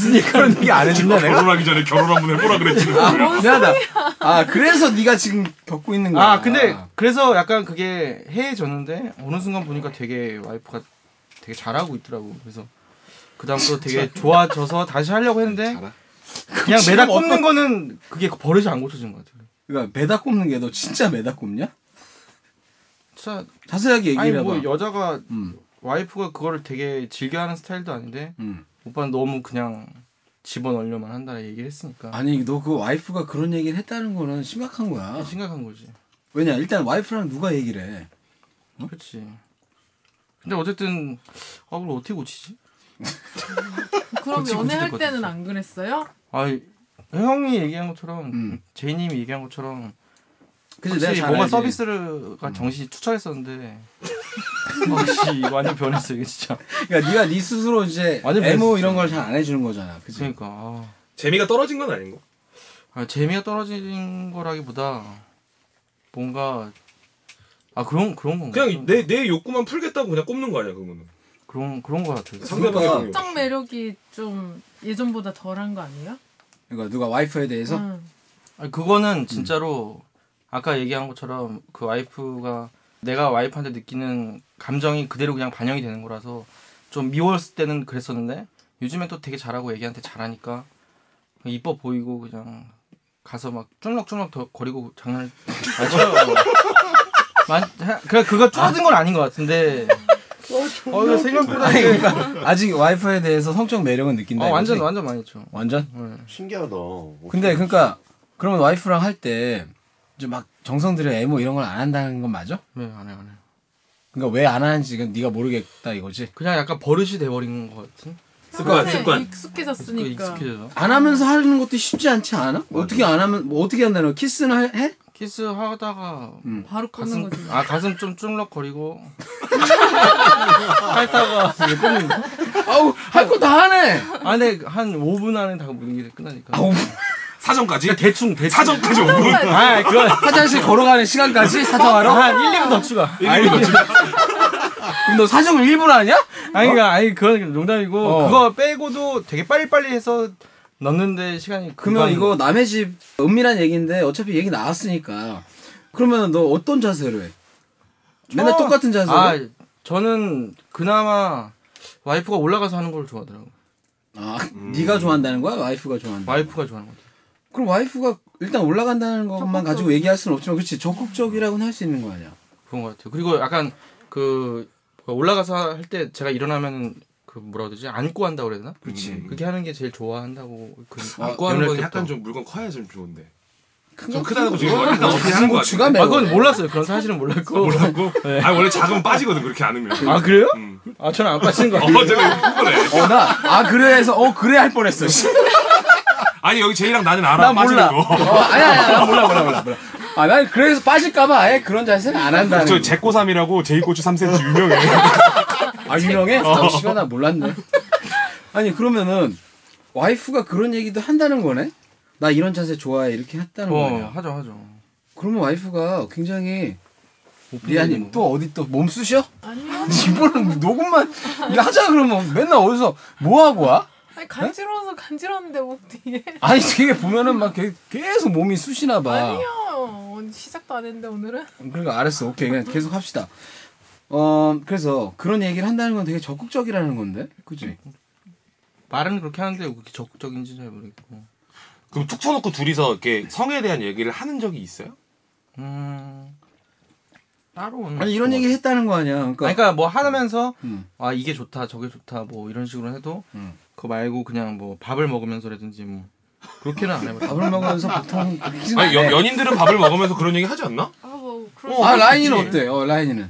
S1: 네가 그런 얘기 안 해준다
S3: 결혼하기 전에 결혼 한번 해보라 그랬지.
S1: 미안하다. 아 그래서 네가 지금 겪고 있는 거야.
S6: 아 근데 그래서 약간 그게 해졌는데 어느 순간 보니까 되게 와이프가 되게 잘하고 있더라고 그래서 그 다음부터 되게 좋아져서 다시 하려고 했는데 그냥 매다
S1: 뭐
S6: 꼽는 거는 그게 버릇이 안 고쳐진 것 같아요
S1: 그러니까 매다 꼽는 게 너 진짜 매다 꼽냐?
S6: 진짜
S1: 자세하게
S6: 아니
S1: 얘기해봐.
S6: 뭐 여자가
S1: 음.
S6: 와이프가 그거를 되게 즐겨하는 스타일도 아닌데
S1: 음.
S6: 오빠는 너무 그냥 집어넣으려만 한다 얘기를 했으니까
S1: 아니 너 그 와이프가 그런 얘기를 했다는 거는 심각한 거야.
S6: 심각한 거지
S1: 왜냐 일단 와이프랑 누가 얘기를 해. 어?
S6: 그렇지 근데 어쨌든 아 그걸 어떻게 고치지?
S9: 그럼
S6: 고치,
S9: 연애할
S6: 고치는
S9: 때는
S6: 거지.
S9: 안 그랬어요?
S6: 아 형이 얘기한 것처럼
S1: 음.
S6: 제이님이 얘기한 것처럼
S1: 그치,
S6: 확실히
S1: 잘
S6: 뭔가
S1: 알지. 음.
S6: 서비스가 정신이 추철했었는데 역시 완전 변했어 이게 진짜
S1: 그러니까 네가 네 스스로 이제
S6: 완전
S1: 애모
S6: 변했어.
S1: 이런 걸 잘 안 해주는 거잖아. 그치?
S6: 그러니까 아,
S7: 재미가 떨어진 건 아닌 거
S6: 아, 재미가 떨어진 거라기보다 뭔가 아 그런 그런 건가
S7: 그냥 내 내 욕구만 풀겠다고 그냥 꼽는 거 아니야 그거는
S6: 그런 그런 거 같아요
S7: 상대방의
S1: 그러니까
S7: 욕구.
S9: 성적 매력이 좀 예전보다 덜한 거 아니에요?
S1: 그러니까 누가 와이프에 대해서
S9: 응.
S6: 아니, 그거는 진짜로 아까 얘기한 것처럼 그 와이프가 내가 와이프한테 느끼는 감정이 그대로 그냥 반영이 되는 거라서 좀 미웠을 때는 그랬었는데 요즘엔 또 되게 잘하고 애기한테 잘하니까 그냥 이뻐 보이고 그냥 가서 막 쫄럭쫄럭 더 거리고 장난을 많이 쳐요. 많이- 하- 그냥 그거 줄어든 건 아닌 것 같은데 어, 이거 생각보다
S1: 아니,
S6: 이게-
S1: 그러니까 아직 와이프에 대해서 성적 매력은 느낀다.
S6: 어, 완전
S1: 이거지?
S6: 완전 많이 했죠.
S1: 완전?
S5: 신기하다.
S1: 근데 그러니까 그러면 와이프랑 할 때 이제 막 정성 들여 애모 이런 걸 안 한다는 건 맞아?
S6: 네, 안 해, 안 해.
S1: 그러니까 왜 안 하는지 그 네가 모르겠다 이거지.
S6: 그냥 약간 버릇이 돼버린 것 같은.
S7: 아, 네.
S1: 습관,
S2: 네,
S1: 습관.
S2: 그러니까.
S9: 익숙해졌으니까.
S6: 그 익숙해져서.
S1: 안 하면서 하는 것도 쉽지 않지 않아? 어떻게 안 하면 뭐 어떻게 한다는 거야? 키스는 할- 해?
S6: 키스 하다가
S9: 바로 끊는
S6: 가슴
S9: 거지.
S6: 아 가슴 좀 쭈물럭거리고
S1: 핥다가 아우 할 거 다 하네.
S6: 안에 아, 한 5분 안에 다 모든 게 끝나니까.
S1: 아,
S7: 사전까지?
S6: 대충 대충
S7: 그 사전까지
S1: 뭐
S7: 오고.
S6: 아, 그건
S1: 화장실 걸어가는 시간까지 사정하러?
S6: 한 1, 2분 더 추가.
S1: 그럼 너 사정을 일부러 하냐?
S6: 아니, 그 아니, 그건 농담이고,
S1: 어.
S6: 그거 빼고도 되게 빨리빨리 해서 넣는데 시간이.
S1: 그러면
S6: 금방
S1: 이거 남의 집 은밀한 얘기인데 어차피 얘기 나왔으니까 그러면 너 어떤 자세로 해? 맨날
S6: 저-
S1: 똑같은 자세로?
S6: 아,
S1: 아,
S6: 저는 그나마 와이프가 올라가서 하는 걸 좋아하더라고.
S1: 네가 좋아한다는 거야? 와이프가 좋아한다.
S6: 와이프가 좋아하는 것 같아.
S1: 그럼 와이프가 일단 올라간다는 것만 가지고 얘기할 수는 없지만 그렇지 적극적이라고는 할 수 있는 거 아니야?
S6: 그런 것 같아요. 그리고 약간 그, 올라가서 할 때 제가 일어나면 그 뭐라 그러지? 안고 한다고 그래야 되나?
S1: 그렇지.
S6: 그게 하는 게 제일 좋아한다고. 그
S7: 안고 하는 건
S6: 연락도
S7: 약간
S6: 없다고.
S7: 좀 물건 커야 좀 좋은데. 좀 크다는 거 지금 일단 어떻게
S1: 무슨
S7: 하는 거
S1: 고추가
S7: 같아.
S6: 아,
S1: 매워?
S6: 그건 몰랐어요. 그런 사실은 몰랐고.
S7: 몰랐고. 아 원래 작으면 빠지거든 그렇게 안으면.
S6: 아, 그래요?
S7: 음.
S6: 아, 저는 안 빠지는 거 같아요.
S7: 어 제가 이거네.
S1: 어, 나, 아, 그래 해서, 어, 그래 할 뻔했어. 씨.
S7: 아니 여기 제이랑 나는 알아
S1: 난 몰라.
S7: 빠지는
S1: 어,
S7: 거.
S1: 아니, 아니, 아니, 난 몰라, 몰라, 몰라, 몰라. 아, 난 그래서 빠질까봐 아예 그런 자세는 안 한다는
S7: 저
S1: 거.
S7: 제꼬삼이라고 제이 고추 3cm 유명해.
S1: 아, 유명해?
S7: 어.
S1: 아, 씨가 나 몰랐네. 아니, 그러면은, 와이프가 그런 얘기도 한다는 거네? 나 이런 자세 좋아해. 이렇게 했다는 거
S6: 어,
S1: 아니야.
S6: 하죠, 하죠.
S1: 그러면 와이프가 굉장히,
S7: 음.
S6: 뭐.
S1: 리아님, 또 어디 또 몸쑤셔?
S2: 아니요.
S1: 이번은 녹음만 하자 그러면 맨날 어디서 뭐 하고 와?
S2: 아니 간지러워서 간지러는데 목 뒤에.
S1: 아니 되게 보면은 막 개- 계속 몸이 쑤시나 봐.
S2: 아니요. 오늘 시작도 안 했는데 오늘은.
S1: 그러니까 알았어. 오케이. 그냥 계속 합시다. 어 그래서 그런 얘기를 한다는 건 되게 적극적이라는 건데, 그지?
S6: 말은 그렇게 하는데 왜 그렇게 적극적인지 잘 모르겠고.
S7: 그럼 툭 쳐놓고 둘이서 이렇게 성에 대한 얘기를 하는 적이 있어요?
S6: 음. 따로 없는
S1: 아니 이런
S6: 것
S1: 얘기를 했다는 거 아니야? 그러니까,
S6: 같아요. 아니, 그러니까 뭐 하면서
S1: 음.
S6: 아 이게 좋다 저게 좋다 뭐 이런 식으로 해도
S1: 음.
S6: 그거 말고 그냥 뭐 밥을 먹으면서라든지 뭐 그렇게는 안 해봐요.
S1: 밥을 먹으면서 보통 그렇게
S7: 아니 연, 연인들은 밥을 먹으면서 그런 얘기 하지 않나?
S4: 아뭐 그런.
S1: 아 라인이는 어때? 어 라인이는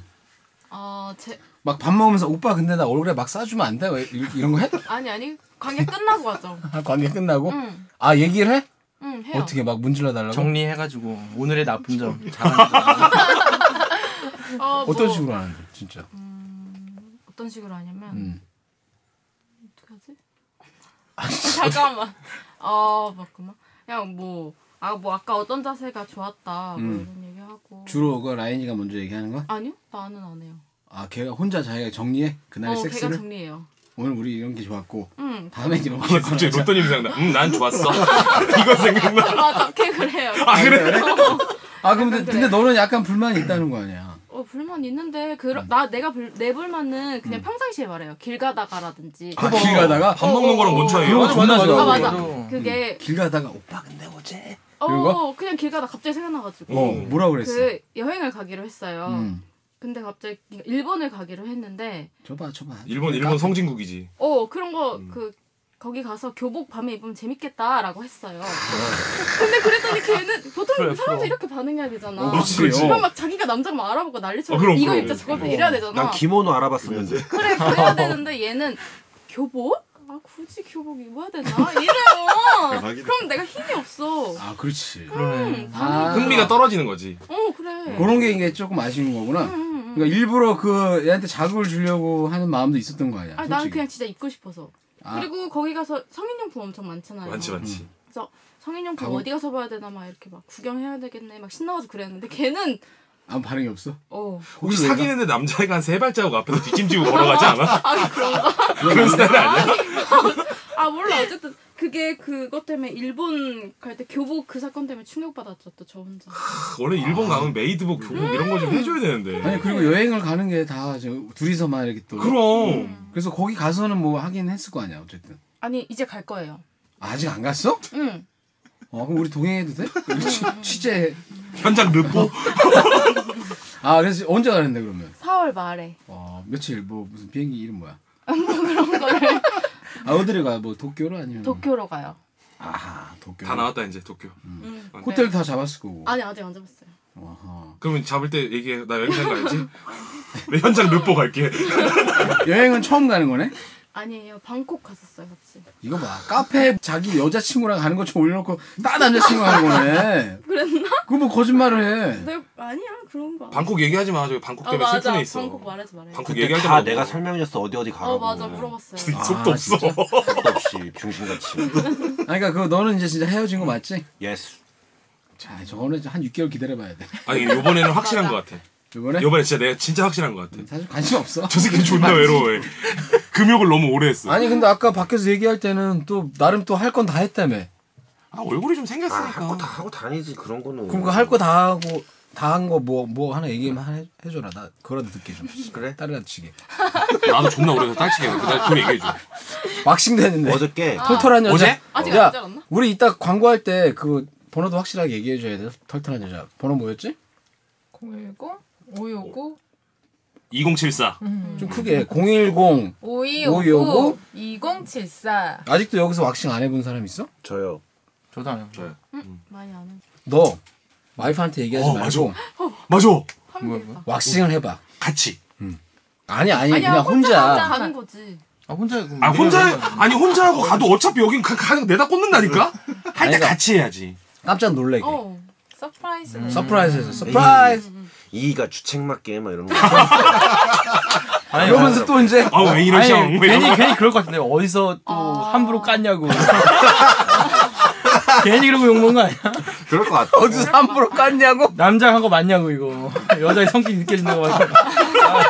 S4: 어, 아제
S1: 막 밥 먹으면서 오빠 근데 나 얼굴에 막 싸주면 안 돼? 왜 이- 이런 거 해?
S4: 아니 아니 관계 끝나고 하죠.
S1: 아, 관계 끝나고?
S4: 응,
S1: 아 얘기를 해?
S4: 응 해요.
S1: 어떻게 막 문질러 달라고?
S6: 정리해가지고 오늘의 나쁜 점, 잘하는 점
S4: 어,
S1: 어떤
S4: 뭐,
S1: 식으로 하는데 진짜?
S4: 어떤 식으로 하냐면
S1: 음. 아,
S4: 어떻게 하지? 잠깐만. 어 맞구만. 그냥 뭐. 아, 뭐, 아까 어떤 자세가 좋았다, 뭐,
S1: 음.
S4: 이런 얘기하고.
S1: 주로 그 라인이가 먼저 얘기하는 거야?
S4: 아니요? 나는 안 해요.
S1: 아 걔가 혼자 자기가 정리해 그날
S4: 어,
S1: 의
S4: 걔가
S1: 섹스를
S4: 정리해요.
S1: 오늘 우리 이런 게 좋았고
S4: 응.
S1: 다음에 이런 게
S7: 갑자기 로또 님 생각나. 음, 난 좋았어. 이거 생각나.
S4: 맞아, 걔 그래요.
S7: 아 그래?
S1: 아 근데
S4: 그래.
S1: 근데 너는 약간 불만이 있다는 거 아니야?
S4: 어, 불만 있는데, 그러, 나, 내가 불, 내 불만은 그냥 평상시에 말해요. 길 가다가라든지.
S1: 아, 길 가다가
S7: 뭐
S1: 어,
S7: 밥 먹는 거랑 뭔 차이야?
S1: 그런 거 존나
S4: 아,
S1: 좋아.
S4: 맞아.
S6: 그래도-
S4: 그게,
S1: 길 가다가 오빠 근데 어제 이런
S4: 어,
S1: 거?
S4: 그냥 길 가다 갑자기 생각나가지고.
S1: 어 뭐라 그랬어?
S4: 그, 여행을 가기로 했어요.
S1: 음
S4: 근데 갑자기 그러니까 일본을 가기로 했는데,
S1: 줘봐 그러니까. 줘봐.
S7: 일본 일본 성진국이지.
S4: 어, 그런 거, 그, 거기 가서 교복 밤에 입으면 재밌겠다라고 했어요. 근데 그랬더니 걔는 보통
S6: 그래,
S4: 사람도
S6: 그래.
S4: 이렇게 반응해야 되잖아.
S1: 어, 그렇지.
S4: 그럼 막 자기가 남자가 막 알아보고 난리처럼
S7: 어, 그럼,
S4: 이거
S7: 그럼.
S4: 입자 저거 입자 이래야 되잖아.
S5: 난 기모노 알아봤었는데.
S4: 그래 그래야 되는데 얘는 교복? 아 굳이 교복 입어야 되나? 이래요.
S8: 대박이다.
S4: 그럼 내가 힘이 없어.
S1: 아 그렇지.
S6: 그러네.
S1: 아
S7: 흥미가 떨어지는 거지.
S4: 어 그래.
S1: 그런 게 이게 조금 아쉬운 거구나.
S4: 응, 응, 응.
S1: 그러니까 일부러 그 얘한테 자극을 주려고 하는 마음도 있었던 거 아니야?
S4: 아 나는
S1: 솔직히.
S4: 그냥 진짜 입고 싶어서.
S1: 아.
S4: 그리고 거기 가서 성인용품 엄청 많잖아요.
S7: 많지 많지.
S4: 성인용품
S1: 가고-
S4: 어디 가서 봐야 되나 막 이렇게 막 구경해야 되겠네 막 신나가지고 그랬는데 걔는
S1: 아무 반응이 없어?
S4: 어
S7: 혹시
S1: 왜 가?
S7: 사귀는데 남자애가 한 세 발자국 앞에서 뒷짐지고 걸어가지 않아? 그런 스타일 아니야?
S4: 아 몰라 어쨌든 그게 그것 때문에 일본 갈 때 교복 그 사건 때문에 충격 받았죠 또 저 혼자.
S7: 원래 일본 가면 메이드복
S4: 음.
S7: 교복 이런 거 좀 해줘야 되는데.
S1: 아니 그리고 여행을 가는 게 다 둘이서만 이렇게
S7: 그러니까
S1: 또
S7: 네.
S4: 음.
S7: 그럼
S1: 그래서 거기 가서는 뭐 하긴 했을 거 아니야 어쨌든
S4: 아니 이제 갈 거예요.
S1: 아직 안 갔어?
S4: 응.
S1: 어 그럼 우리 동행해도 돼? 취- 취재
S7: 현장 르포
S1: 아 그래서 언제 가는데 그러면?
S4: 4월 말에.
S1: 어, 며칠 뭐 무슨 비행기 이름 뭐야?
S4: 뭐 그런 거를
S1: 아 어디를 가? 뭐 도쿄로 아니면
S4: 도쿄로 가요.
S1: 아하 도쿄.
S7: 다 나왔다 이제 도쿄.
S4: 음. 네.
S1: 호텔 다 잡았을 거고.
S4: 아니 아직 안 잡았어요.
S1: 아하.
S7: 그러면 잡을 때 얘기해. 나 여행 잘 가야지. 내 현장 몇 보 갈게.
S1: 여행은 처음 가는 거네?
S4: 아니에요. 방콕 갔었어요 같이.
S1: 이거 봐. 카페 자기 여자친구랑 가는 것처럼 올려놓고 다 남자친구 가는 거네.
S4: 그랬나?
S1: 그거 뭐 거짓말을 해.
S4: 네 아니야 그런 거. 아니야.
S7: 방콕 얘기하지 마. 저기 방콕
S4: 아,
S7: 때문에
S4: 맞아.
S7: 슬픔에 있어.
S4: 방콕 말하지 말아요.
S7: 방콕
S5: 그때
S7: 얘기하지
S5: 다
S7: 말고.
S5: 내가 설명했어 어디 어디 가라고.
S4: 어 맞아 물어봤어요.
S7: 진짜 속도 없어.
S5: 속도 없이 중심같이.
S1: 아니, 그러니까 그거 너는 이제 진짜 헤어진 거 맞지?
S5: 예스.
S1: 자, 저거는 이제 한 6개월 기다려봐야 돼.
S7: 아니 이번에는 확실한 것 같아.
S1: 이번에?
S7: 이번에 진짜 내가 진짜 확실한 것 같아.
S1: 사실 관심 없어.
S7: 네? 저 새끼 존나 외로워해. 금욕을 너무 오래 했어.
S1: 아니, 근데 아까 밖에서 얘기할 때는 또 나름 또 할 건 다 했다며.
S7: 아, 얼굴이 좀
S5: 아,
S7: 생겼으니까.
S5: 하고 다 하고 다니지 그런 거는.
S1: 그럼 그 할 거 다 하고, 다 한 거 뭐, 뭐 하나 얘기만 해, 해줘라. 나 그거라도 듣게 좀.
S5: 그래?
S1: 딸이라도 치게.
S7: 아, 나도 존나 오래 해서 딸치게 했어. 그날 그 얘기해줘.
S1: 왁싱도 했는데.
S5: 어저께
S1: 털털한 여자.
S7: 어제?
S4: 아직
S1: 야,
S4: 안 잡았나?
S1: 우리 이따 광고할 때 그 번호도 확실하게 얘기해줘야 돼. 털털한 여자. 번호 뭐였지?
S9: 010 559
S7: 2074.
S9: 음.
S1: 좀 크게 010.
S9: 5259 2074
S1: 아직도 여기서 왁싱 안 해본 사람 있어?
S5: 저요.
S6: 저도 안 해요.
S4: 많이 안 해.
S1: 너 와이프한테 얘기하지
S7: 어,
S1: 말고
S7: 맞아.
S6: 뭐야 뭐야?
S1: 왁싱을 해봐.
S7: 같이.
S1: 아니 아니
S9: 아니야,
S1: 그냥 혼자.
S9: 혼자
S4: 가는 거지.
S6: 아 혼자 그럼
S7: 아,
S6: 내가
S7: 혼자,
S6: 뭐 하는 거야?
S7: 아니, 혼자 하고 가도 어차피 여긴 가, 가, 내다 꽂는다니까? 할 때
S1: 아니다.
S7: 같이 해야지.
S1: 깜짝 놀래게.
S4: 어
S9: 서프라이즈
S7: 음.
S1: 음. 서프라이즈에서 서프라이즈.
S5: 이가 주책 맞게 막 이런 거.
S6: 아니,
S1: 이러면서 또 이제
S7: 아우, 왜 이러셔.
S6: 아니,
S7: 왜 이러셔.
S6: 괜히 괜히 그럴 것 같은데 어디서 또
S4: 아.
S6: 함부로 깠냐고. 괜히 그러고 욕먹은 거 아니야?
S5: 그럴 것 같아.
S1: 어디서 함부로 깠냐고?
S6: 남자 한 거 맞냐고 이거. 여자의 성격이 느껴진다고 말이야. 아,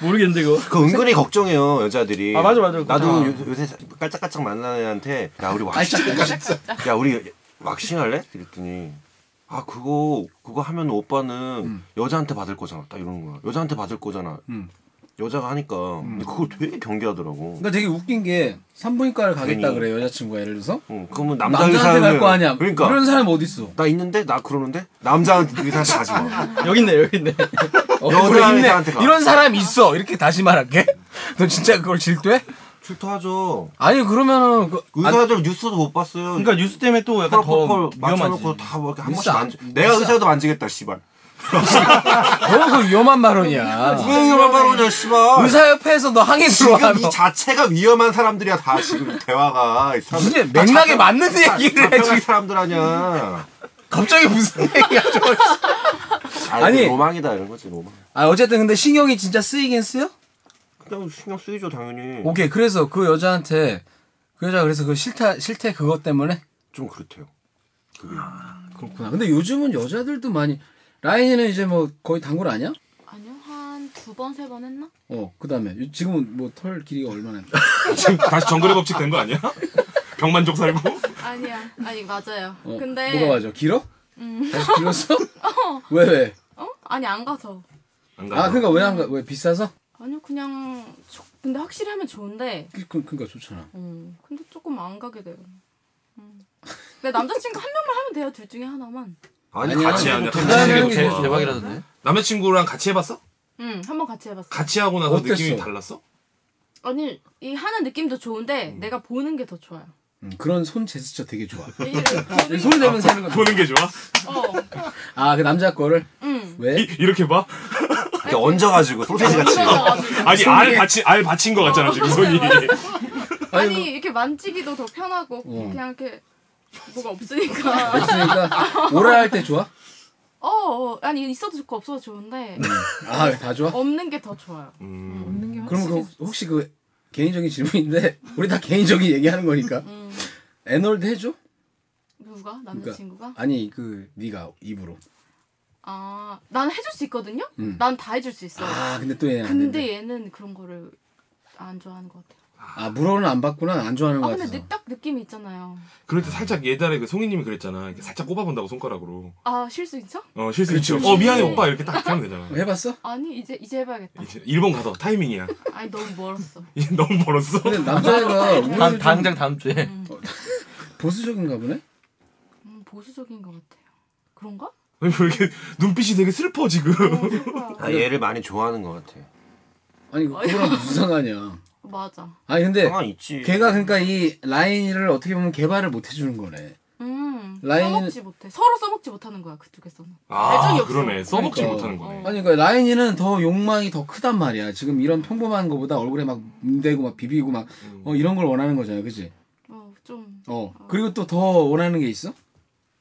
S6: 모르겠는데 이거.
S5: 그 은근히 걱정해요 여자들이.
S6: 아, 맞아, 맞아.
S5: 나도
S6: 걱정하고.
S5: 요, 새 깔짝깔짝 만나는 애한테 야 우리 왁싱
S1: 그러니까
S5: 야 우리 왁싱 할래? 그랬더니 아 그거 그거 하면 오빠는 여자한테 받을 거잖아. 딱 이러는 거야. 여자한테 받을 거잖아.
S1: 음.
S5: 여자가 하니까 근데 그걸 되게 경계하더라고.
S1: 그러니까 되게 웃긴 게 산부인과를 가겠다
S5: 괜히.
S1: 그래 여자친구가 예를 들어서
S5: 응, 그러면 남자
S1: 남자한테 갈
S5: 의사는
S1: 거 아니야.
S5: 그러니까
S1: 이런 사람 어디 있어?
S5: 나 있는데 나 그러는데 남자 의사한테 가지 마.
S6: 여기 있네 여기 있네.
S5: 여자 의사한테 가.
S1: 이런 사람 있어. 이렇게 다시 말할게. 너 진짜 그걸 질투해?
S5: 출토하죠.
S1: 아니 그러면은 그, 아,
S5: 의사들 뉴스도 못 봤어요.
S6: 그러니까 뉴스 때문에 또 약간 더
S5: 펄펄펄 맞춰놓고
S6: 위험하지.
S5: 다뭐 이렇게 한
S1: 뉴스
S5: 번씩
S1: 안-
S5: 만지. 내가 의사도 만지겠다 씨발.
S1: 너무 그 위험한 발언이야.
S5: 누가 의사만 바로냐 씨발.
S1: 아. 의사 협회에서 너 항의 들어와.
S5: 지금 이 자체가 위험한 사람들이야 다 지금 대화가 이 사람들-
S1: 무슨
S5: 다
S1: 맥락에
S5: 잡혀-
S1: 맞는
S5: 다-
S1: 얘기를 해,
S5: 잡혀갈
S1: 지금.
S5: 사람들 아니야
S1: 갑자기 무슨 얘기야 저거.
S5: 아니,
S1: 아니.
S5: 로망이다 이런 거지 로망
S1: 아 어쨌든 근데 신경이 진짜 쓰이긴 쓰여?
S5: 그냥 신경 쓰이죠 당연히
S1: 오케이 그래서 그 여자한테 그 여자 가 그래서 그 싫다 싫대 그것 때문에
S5: 좀 그렇대요
S1: 그렇구나. 근데 요즘은 여자들도 많이 라인이는 이제 뭐 거의 단골 아니야?
S4: 아니요 한 두 번 세 번 했나?
S1: 어 그다음에 요- 지금은 뭐 털 길이가 얼마나?
S7: 지금 다시 정글의 법칙 된 거 아니야? 병만족 살고?
S4: 아니야 아니 맞아요.
S1: 어,
S4: 근데
S1: 뭐가 맞아? 길어?
S4: 음.
S1: 다시 길었어? 왜 왜?
S4: 어 아니 안 가서.
S7: 안
S1: 아 그러니까 왜 안 가? 왜 비싸서?
S4: 아니요 그냥 좋- 근데 확실히 하면 좋은데
S1: 그, 그, 그러니까 좋잖아.
S4: 음, 근데 조금 안 가게 돼요. 음. 근데 남자친구 한 명만 하면 돼요 둘 중에 하나만.
S5: 아니
S1: 아니야.
S5: 같이
S7: 아니야,
S5: 하는
S7: 같이
S5: 거
S7: 하는
S6: 제일
S7: 게
S6: 제일
S7: 좋아.
S6: 대박이라던데.
S7: 남자친구랑 같이 해봤어?
S4: 음 한번 같이 해봤어.
S7: 같이 하고 나서
S1: 어땠어?
S7: 느낌이 달랐어?
S4: 아니 이 하는 느낌도 좋은데
S7: 음.
S4: 내가 보는 게 더 좋아요.
S1: 음, 그런 손 제스처 되게 좋아.
S4: 이-
S1: 손 내면 새는 거.
S7: 보는 게 좋아?
S4: 어,
S1: 아그 남자 거를
S4: 음.
S1: 왜?
S7: 이, 이렇게 봐?
S5: 이렇게 얹어가지고 소세지 같이
S7: 아니, 알 받친, 알 받친 거 같잖아, 지금 손이.
S4: 아니 이렇게 만지기도 더 편하고
S1: 어.
S4: 그냥 이렇게 뭐가 없으니까.
S1: 그러니까 오라 할 때 좋아?
S4: 어, 어 아니 있어도 좋고 없어도 좋은데
S1: 아 다 좋아?
S4: 없는 게 더 좋아요.
S1: 음.
S7: 음.
S9: 없는 게
S1: 그럼
S9: 확실히
S1: 그 혹시 그 개인적인 질문인데 우리 다 개인적인 얘기하는 거니까
S4: 음.
S1: 애널드 해줘?
S4: 누가
S1: 그러니까.
S4: 남자친구가?
S1: 아니 그 네가 입으로.
S4: 아, 나는 해줄 수 있거든요.
S1: 음.
S4: 난 다 해줄 수 있어. 요
S1: 아 근데 또 얘는 안 된대.
S4: 근데 얘는 그런 거를 안 좋아하는 것 같아요.
S1: 아 물어는 안 받구나 안 좋아하는 거
S4: 아 근데
S1: 같아서.
S4: 느, 딱 느낌이 있잖아요.
S7: 그럴 때 살짝 예전에 그 송이님이 그랬잖아. 이렇게 살짝 꼽아본다고 손가락으로.
S4: 아 실수 있죠?
S7: 어, 실수
S1: 그치,
S7: 있죠.
S1: 그치.
S7: 어, 미안해, 오빠. 이렇게 딱 하면 되잖아.
S1: 해봤어?
S4: 아니 이제 이제 해봐야겠다.
S7: 이제 일본 가서 타이밍이야.
S4: 아니 너무 멀었어.
S7: 이제 너무 멀었어.
S1: 근데 남자애가
S6: 다,
S1: 의외로 좀
S6: 당장 다음 주에.
S1: 보수적인가 보네.
S4: 음, 보수적인 것 같아요. 그런가?
S1: 어.
S7: 아니, 왜 이렇게 눈빛이 되게 슬퍼, 지금.
S4: 그럴 거야.
S5: 아, 얘를 많이 좋아하는 것 같아
S1: 아니 그거랑 무슨 상관이야.
S4: 맞아.
S1: 아니 근데
S5: 상황
S6: 네.
S5: 있지.
S1: 네. 걔가 그러니까 이 라인을 어떻게 보면 개발을 못 해주는 거네.
S4: 음.
S1: 라인-
S4: 써먹지 못해. 서로 써먹지 못하는 거야 그쪽에서는.
S7: 아
S4: 애정이
S7: 그러네 써먹지
S1: 그러니까.
S7: 못하는 거네.
S1: 아니 그러니까 라인이는 더 욕망이 더 크단 말이야. 지금 이런 평범한 거보다 얼굴에 막 문대고 막 비비고 막 어, 이런 걸 원하는 거잖아, 그지?
S4: 어, 좀
S1: 어 그리고 또 더 원하는 게 있어?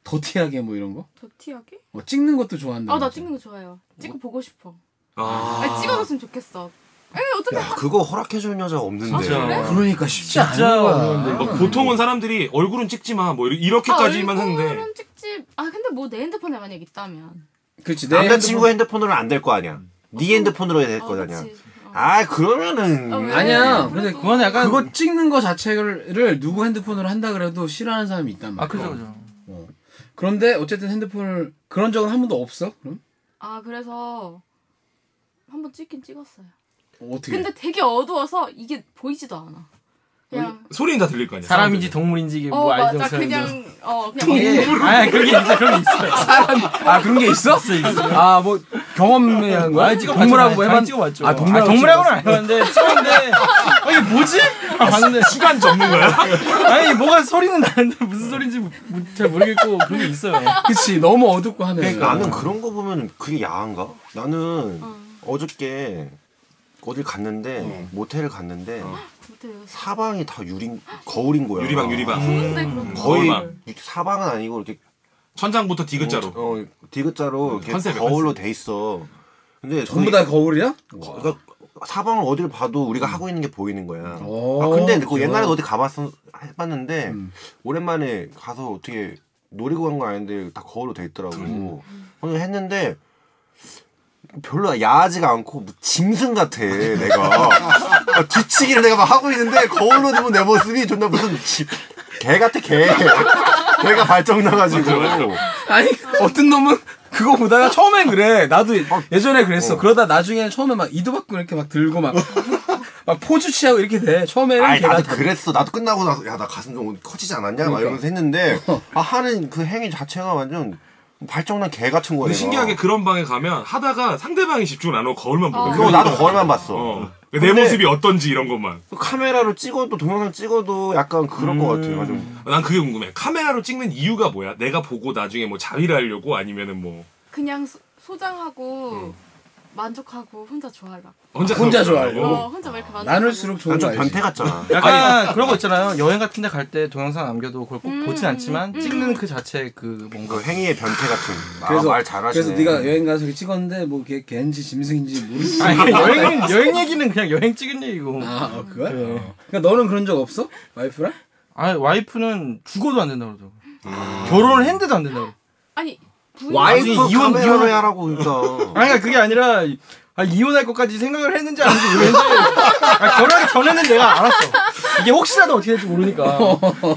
S1: 더티하게 뭐 이런 거?
S4: 더티하게?
S1: 어, 찍는 것도 좋아한다.
S4: 아, 나 찍는 거 좋아해요. 찍고 보고 싶어.
S7: 아,
S4: 아니, 찍어줬으면 좋겠어. 에 어떻게
S5: 야, 그거 허락해줄 여자 없는데.
S4: 아,
S7: 진짜.
S6: 그렇죠.
S1: 그러니까 쉽지 않은
S6: 진짜
S1: 거야.
S6: 어려운데.
S7: 막뭐 보통은 사람들이 얼굴은 찍지 마뭐
S1: 아,
S7: 이렇게까지만 했는데
S4: 아, 얼굴은 찍지. 아 근데 뭐 내 핸드폰에 만약 있다면.
S1: 그렇지.
S5: 남자친구 핸드폰으로는 안 될 거 아니야. 네 핸드폰으로 해야 될
S4: 어,
S5: 거 아니야.
S4: 그치. 어.
S5: 아 그러면은
S4: 아, 왜?
S1: 아니야. 근데
S4: 그래도-
S6: 그건 약간
S1: 그거 찍는 거 자체를 누구 핸드폰으로 한다 그래도 싫어하는 사람이 있단 말이야. 어.
S6: 아 그죠 그죠.
S1: 그런데 어쨌든 핸드폰을 그런 적은 한 번도 없어? 그럼
S4: 아 그래서 한번 찍긴 찍었어요.
S1: 어, 어떻게?
S4: 근데 되게 어두워서 이게 보이지도 않아. 그냥
S7: 소리는 다 들릴 거 아니야.
S6: 사람인지 동물인지 이게 뭐 알지
S4: 어, 맞아.
S6: 못하는
S4: 그냥 어 그냥
S6: 아 그런 게 있어 그런 게 있어.
S1: 사람 아 그런 게 있어? 아 뭐 경험에 한 거야? 동물하고 뭐 해봤?
S6: 찍어봤죠.
S1: 아, 동물하고
S6: 동물하고는 안 해봤는데 찍었는데 아, 이게 뭐지? 아, 봤는데 시간
S7: 접는 거야?
S6: 아니 뭐가 소리는 나는데 무슨 소리인지 모- 모- 잘 모르겠고 그런 게 있어요.
S4: 아.
S1: 그치 너무 어둡고 하면.
S5: 그러니까 나는 그런 거 보면 그게 야한가? 나는 어저께 어. 어딜 갔는데 모텔을 갔는데
S4: 못해요.
S5: 사방이 다 유리 거울인 거야.
S7: 유리방 유리방.
S1: 음.
S4: 근데 그런 거.
S5: 거의
S7: 거울만.
S5: 이렇게 사방은 아니고 이렇게
S7: 천장부터 디귿자로.
S5: 어, 디귿자로 이렇게
S7: 컨셉이야,
S5: 거울로 돼 있어. 근데
S1: 전부
S5: 거기-
S1: 다 거울이야?
S5: 거- 그러니까 사방을 어딜 봐도 우리가 하고 있는 게 보이는 거야.
S1: 오,
S5: 아 근데 그
S1: 그래요?
S5: 옛날에 어디 가봤어 해봤는데 오랜만에 가서 어떻게 노리고 간 건 아닌데 다 거울로 돼 있더라고. 오늘 했는데 별로 야하지가 않고 뭐 짐승 같아 내가 아, 뒤치기를 내가 막 하고 있는데 거울로 보면 내 모습이 존나 무슨 지- 개 같아 개 개가 발정 나가지고
S1: 아니 어떤 놈은 그거 보다가 처음엔 그래. 나도 예전에 그랬어. 그러다 나중에는 처음에 막 이도 받고 이렇게 막 들고 막. 막 포즈 취하고 이렇게 돼. 처음에는
S5: 아니
S1: 걔가
S5: 나도 그랬어 나도 끝나고 나서 야 나 가슴 좀 커지지 않았냐 막 이러면서 했는데 아 하는 그 행위 자체가 완전 발정난 개 같은 어. 거야
S7: 근데
S5: 내가.
S7: 신기하게 그런 방에 가면 하다가 상대방이 집중을 안 하고 거울만
S1: 아.
S7: 보고.
S5: 그거 나도 거울만 봤어
S7: 어. 내 모습이 어떤지 이런 것만.
S5: 카메라로 찍어도 동영상 찍어도 약간 그런 것 같아요. 좀.
S7: 난 그게 궁금해. 카메라로 찍는 이유가 뭐야? 내가 보고 나중에 뭐 자위를 하려고 아니면은 뭐
S4: 그냥 소, 소장하고 만족하고 혼자 좋아하려고.
S7: 혼자
S1: 혼자
S7: 가고
S1: 좋아하려고.
S7: 그러고.
S4: 어 혼자 막 이렇게 만족.
S1: 나눌수록 좋은
S5: 난
S1: 거
S5: 좀
S1: 알지?
S5: 변태 같잖아.
S6: 약간 그런 거 있잖아요. 여행 같은 데 갈 때 동영상 남겨도 그걸 꼭
S4: 음,
S6: 보진 않지만
S4: 음,
S6: 찍는 그 자체 그 뭔가
S5: 그 행위의 변태 같은.
S1: 그래서-
S5: 아, 말 잘하시네.
S1: 그래서 네가 여행 가서 이렇게 찍었는데 뭐 걔, 걔인지 짐승인지 모르지.
S6: 아니 여행 여행 얘기는 그냥 여행 찍은 얘기고.
S1: 아, 그거야? 그러니까 너는 그런 적 없어? 와이프랑?
S6: 아 와이프는 죽어도 안 된다 그러더라고. 결혼을 했는데도 안 된다고.
S4: 아니 부인
S5: 와이프
S6: 나중에 이혼-
S5: 카메라로
S6: 이혼을-
S5: 하라고 그러니까.
S6: 아니 그러니까 그게 아니라 아, 이혼할 것까지 생각을 했는지 안 했는지 모르겠는데 아, 결혼하기 전에는 내가 알았어 이게 혹시라도 어떻게 될지 모르니까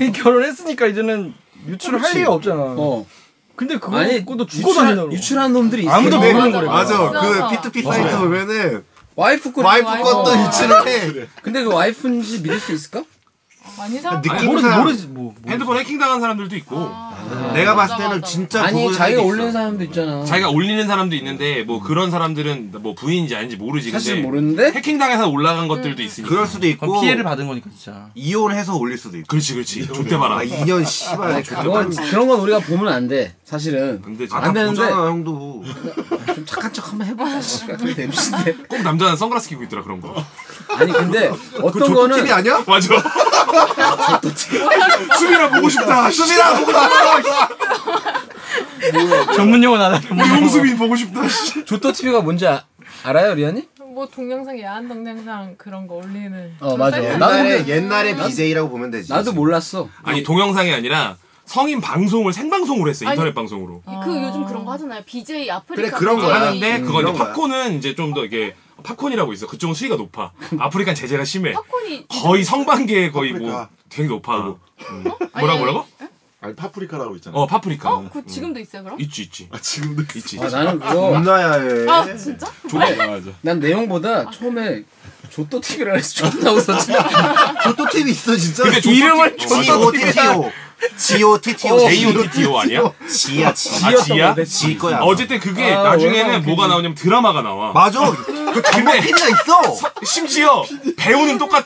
S6: 이 결혼했으니까 이제는 유출을 할
S1: 그렇지.
S6: 일이 없잖아
S1: 어.
S6: 근데 그거
S1: 아니,
S6: 고도 죽어도 안 된다고
S1: 유출한 놈들이 있어.
S6: 아무도
S5: 네,
S6: 모르는 거래
S5: 맞아.
S9: 맞아.
S5: 그 P2P 사이트 보면은
S1: 와이프 거
S5: 와이프
S9: 와이프
S5: 것도
S9: 거.
S5: 유치를 해.
S1: 근데 그 와이프인지 믿을 수 있을까?
S9: 많이 사.
S5: 느낌-
S6: 모르지
S5: 항상-
S6: 모르지 뭐 모르지.
S7: 핸드폰 해킹 당한 사람들도 있고
S1: 아.
S5: 내가 봤을
S4: 맞아,
S5: 때는
S4: 맞아.
S5: 진짜
S1: 아니,
S5: 그거에
S1: 자기가
S5: 있어.
S1: 올리는 사람도 있잖아.
S7: 자기가 올리는 사람도 있는데 뭐 그런 사람들은 뭐 부인인지 아닌지 모르지.
S1: 사실
S7: 근데
S1: 모르는데?
S7: 해킹 당해서 올라간 것들도 있으니까.
S5: 그럴 수도
S6: 그건
S5: 있고
S6: 뭐 피해를 받은 거니까 진짜
S5: 이혼해서 올릴 수도 있고.
S7: 그렇지 그렇지. 좋대 봐라.
S5: 아 2년 씨발.
S1: 그건, 그런 건 우리가 보면 안 돼. 사실은.
S7: 안 되지.
S1: 안 되는데.
S5: 보잖아 형도.
S1: 음. 좀 착한 척 한번 해보자, 씨발. 어, 그게 됨신데.
S7: 꼭 남자는 선글라스 끼고 있더라 그런 거.
S1: 아니, 근데
S5: 그거
S1: 어떤 거는.
S5: 조토TV 아니야?
S7: 맞아. 수빈아 보고 싶다. 수빈아 보고
S6: 전문 용어 나다
S7: 홍수빈 보고 싶다.
S1: 조토TV가 뭔지 아- 알아요, 리안이?
S9: 뭐 동영상 야한 동영상 그런 거 올리는.
S1: 어, 맞아.
S5: 옛날에 옛날에 BJ라고 보면 되지.
S1: 나도 몰랐어.
S7: 아니 동영상이 아니라 성인 방송을 생방송으로 했어
S4: 아니,
S7: 인터넷 방송으로.
S4: 그 요즘 그런 거 하잖아요. BJ
S5: 그래,
S4: 아프리카.
S5: 그런 거야.
S7: 하는데
S5: 음,
S7: 그건
S5: 그런
S7: 이제
S5: 거야.
S7: 팝콘은 이제 좀 더 이게 팝콘이라고 있어. 그쪽은 수위가 높아. 아프리칸 제재가 심해.
S4: 팝콘이
S7: 거의 성반기에 거의 뭐
S8: 파프리카. 어?
S7: 되게 높아. 음.
S4: 아니,
S7: 뭐라
S4: 아니.
S7: 뭐라고?
S8: 아니 파프리카라고 있잖아.
S7: 어 파프리카.
S4: 어? 그 지금도 있어요 그럼?
S7: 있지 있지
S8: 아, 지금도
S7: 있지.
S1: 아, 나는 그거.
S5: 존나야 해.
S4: 아 진짜?
S8: 맞아 맞아.
S1: 난 내용보다 처음에 조토TV라 해서 존나 웃었지. 아,
S5: 조토TV 있어 진짜.
S7: 근데
S1: 이름을
S7: 조토-
S5: G O T T O.
S10: G.O.T.T.O.
S7: J.O.T.T.O. 아니야?
S10: 지야
S7: 아,
S10: 지였던
S7: 지야?
S10: 건데, 지 거야, 아마.
S7: 어쨌든 그게
S10: 아,
S7: 나중에는
S10: 월간
S7: 뭐가
S10: PD.
S7: 나오냐면 드라마가 나와.
S10: 맞아. 그 장면 핀나 있어.
S7: 사- 심지어 배우는 똑같아.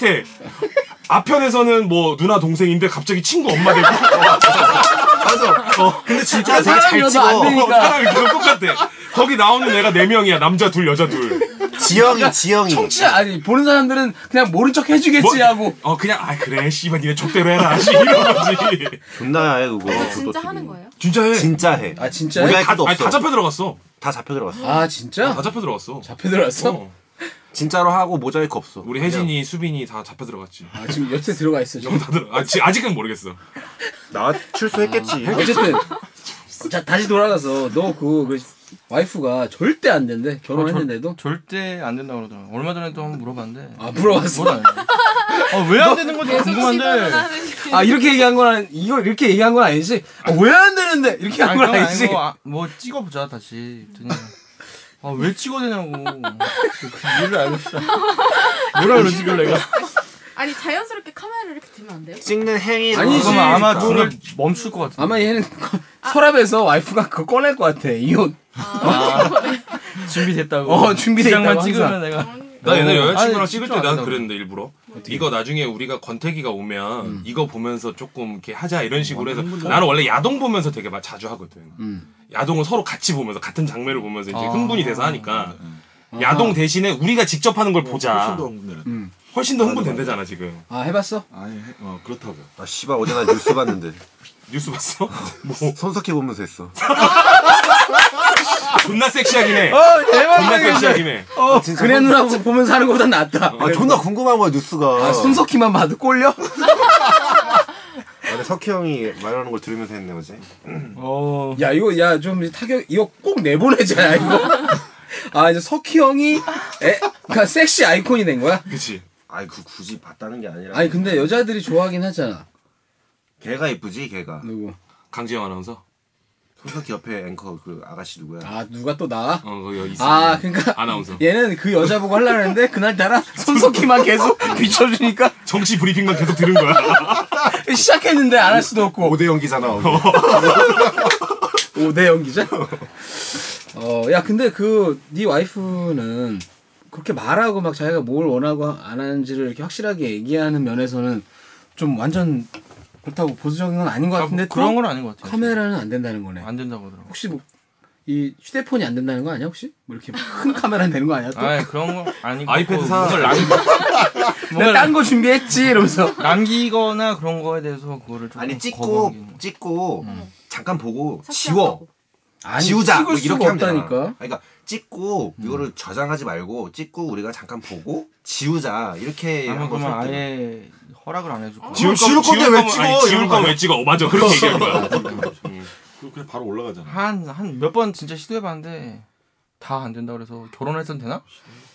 S7: 앞편에서는 뭐 누나 동생인데 갑자기 친구 엄마 되고. 맞아.
S5: 어,
S7: 근데
S10: 진짜 다 사람이라도 잘 찍어. 안 되니까.
S7: 사람이 계속 똑같아. 거기 나오는 애가 네 명이야. 남자 둘, 여자 둘.
S10: 지영이, 지영이.
S1: 청취자 아니 보는 사람들은 그냥 모른 척 해주겠지 하고.
S7: 어 그냥 아 그래 씨발 니네 족대로 해라. 씨, 이런 거지.
S5: 존나 해 그거.
S4: 아, 진짜 하는 거예요?
S7: 진짜 해.
S5: 진짜 해.
S1: 아 진짜
S5: 우리가
S7: 다,
S5: 할 것도
S7: 아니,
S5: 없어.
S7: 다 잡혀 들어갔어.
S5: 다 잡혀 들어갔어.
S1: 아 진짜?
S7: 다 잡혀 들어갔어.
S1: 잡혀 들어갔어?
S5: 진짜로 하고 모자이크 없어.
S7: 우리 혜진이, 수빈이 다 잡혀 들어갔지.
S1: 아 지금 여태 들어가 있어 지금.
S7: 다 들어. 아, 지- 아직은 모르겠어.
S5: 나
S1: 아, 어쨌든 자 다시 돌아가서 너 그 와이프가 절대 안 된대 결혼했는데도
S6: 절대 안 된다고 그러더라고. 요 얼마 전에도 한번 물어봤는데. 아,
S1: 아 물어봤어?
S6: 왜 안 되는 건지
S1: 계속
S6: 궁금한데.
S1: 시도는 아 이렇게 얘기한 건 아니, 이거 이렇게 얘기한 건 아니지? 왜 안 되는데 이렇게 한 건
S6: 그건
S1: 아니지?
S6: 아니고, 아, 뭐 찍어보자 다시. 그랬더니, 아, 왜 찍어대냐고. 그 이유를 알겠어. 뭐라 그러지 그걸 내가.
S4: 아니 자연스럽게 카메라를 이렇게 들면 안 돼요?
S5: 찍는 행위
S1: 아니지.
S6: 그러면 아마
S1: 그러니까.
S6: 둘을 멈출 것 같아.
S1: 아마 얘는 서랍에서 와이프가 그거 꺼낼 것 같아 이혼.
S6: 준비됐다고.
S1: 어 준비됐다고
S6: 시작만
S1: 항상.
S6: 찍으면 내가. 어,
S7: 나 옛날 여자친구랑
S6: 아니,
S7: 찍을
S6: 집중
S7: 때
S6: 안
S7: 난
S6: 하더라고.
S7: 그랬는데 일부러 음. 이거 나중에 우리가 권태기가 오면 이거 보면서 조금 이렇게 하자 이런 식으로 해서 나는 원래 야동 보면서 되게 막 자주 하거든 야동을 서로 같이 보면서 같은 장면을 보면서 이제
S8: 아.
S7: 흥분이 돼서 하니까 야동 대신에 우리가 직접 하는 걸 보자
S8: 어, 훨씬 더 네. 흥분되는.
S7: 음. 훨씬 더 흥분된다잖아 지금
S1: 아 해봤어?
S8: 아니, 해- 어 그렇다고.
S5: 아 씨발 어제 나 뉴스 봤는데.
S7: 뉴스 봤어? 뭐
S5: 손석희 보면서 했어.
S7: 존나 섹시하긴 해
S1: 어 대박
S7: 존나 섹시하긴 해
S1: 어
S5: 아, 진짜
S1: 그래
S5: 손-
S1: 누나 보면 사는 것보다 낫다.
S5: 아 존나 궁금한 거야 뉴스가.
S1: 아, 손석희만 봐도 꼴려?
S5: 아, 근데 석희 형이 말하는 걸 들으면서 했네 어제.
S6: 어.
S1: 야 이거 야 좀 타격 이거 꼭 내보내자 이거. 아 이제 석희 형이 에 그러니까 섹시 아이콘이 된 거야?
S7: 그치.
S5: 아니 그 굳이 봤다는 게 아니라.
S1: 아니 근데 여자들이 좋아하긴 하잖아.
S5: 걔가 예쁘지 걔가.
S1: 누구?
S7: 강지영 아나운서.
S5: 손석희 옆에 앵커 그 아가씨 누구야?
S1: 아 누가 또 나와?
S7: 어 거기 있어
S1: 아 그러니까
S7: 아나운서
S1: 얘는 그 여자 보고 하려고 했는데 그날따라 손석희만 계속 비춰주니까
S7: 정치 브리핑만 계속 들은 거야
S1: 시작했는데 안 할 수도 뭐, 없고
S5: 오대영 기잖아
S1: 오대영 기자? 어야 근데 그 네 와이프는 그렇게 말하고 막 자기가 뭘 원하고 안 하는지를 이렇게 확실하게 얘기하는 면에서는 좀 완전 그렇다고 보수적인 건 아닌 것 같은데 또
S6: 그런 건 아닌 것 같아요.
S1: 카메라는 안 된다는 거네
S6: 안 된다고 그러더라고.
S1: 혹시 뭐 이 휴대폰이 안 된다는 거 아니야 혹시? 뭐 이렇게 큰 카메라 되는 거 아니야 또?
S6: 아 그런 건 아니고.
S7: 아이패드 사.
S6: 뭔가 남, 뭔가
S1: 내가 딴 거 준비했지 이러면서
S6: 남기거나 그런 거에 대해서 그거를 좀.
S5: 아니 찍고
S6: 거부하는 게- 뭐.
S5: 찍고 잠깐 보고 지워.
S1: 아니,
S5: 지우자
S1: 찍을
S5: 뭐 이렇게
S1: 수가
S5: 하면 되잖아.
S1: 없다니까. 음.
S5: 그러니까 찍고 이거를 저장하지 말고 찍고 우리가 잠깐 보고 지우자
S7: 예,
S5: 이렇게
S6: 아마
S5: 한번
S6: 그러면
S5: 설득을.
S6: 아예 허락을 안 해줄 거야.
S7: 지울
S5: 지울
S7: 거-
S5: 건데 왜
S7: 거면- 아니,
S5: 찍어?
S7: 지울 거면
S5: 이런 거야.
S7: 왜 찍어 어 맞아 그렇게 얘기할 거야
S8: 그- 그래 바로 올라가잖아.
S6: 한 한 몇 번 진짜 시도해봤는데 다 안 된다 그래서 결혼해선 되나?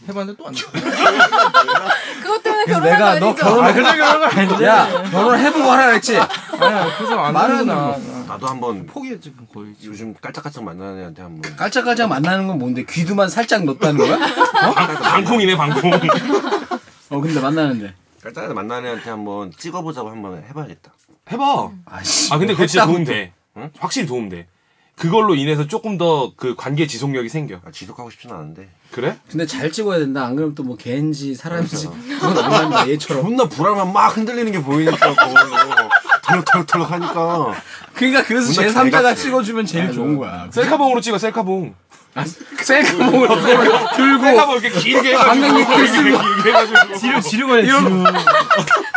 S6: 해봤는데 또 안 돼.
S9: 그것 때문에 결혼한 거
S1: 그래서 내가
S9: 아니죠?
S1: 너 결혼
S6: 아, 그래, 결혼한 거 아니지.
S1: 야 결혼 해보고 하라 그랬지.
S6: 아니 네, 그래서 안
S1: 말하는
S6: 되구나. 네.
S5: 나도 한번
S6: 포기했지 그건 거의.
S5: 요즘 깔짝깔짝 만나는 애한테 한번
S1: 깔짝깔짝 만나는 건 뭔데 귀두만 살짝 넣었다는 거야?
S7: 방콩이네 방콩
S1: 어 근데 만나는데.
S5: 깔짝깔짝 만나는 애한테 한번 찍어보자고 한번 해봐야겠다.
S7: 해봐
S1: 아씨.
S7: 아 근데 그게 진짜
S1: 했다고
S7: 도움 돼 응? 확실히 도움 돼 그걸로 인해서 조금 더 그 관계 지속력이 생겨
S5: 아, 지속하고 싶진 않은데
S7: 그래?
S1: 근데 잘 찍어야 된다. 안 그러면 또 뭐 개인지 사람인지 그건 안 맞는다. 얘처럼.
S5: 존나 불안만 막 흔들리는 게 보이니까 거울로 털럭털럭털럭 하니까
S1: 그러니까 그래서
S5: 존나
S1: 제 3자가
S5: 잘같이.
S1: 찍어주면 제일 좋은 거야.
S7: 셀카봉으로 찍어 셀카봉
S1: 셀카봉을 서로 들고
S7: 셀카봉 이렇게 길게
S1: 방금
S7: 해가지고
S1: 이렇게 쓰고.
S7: 이렇게 길게 해가지고
S6: 지르 지르고 해 지르.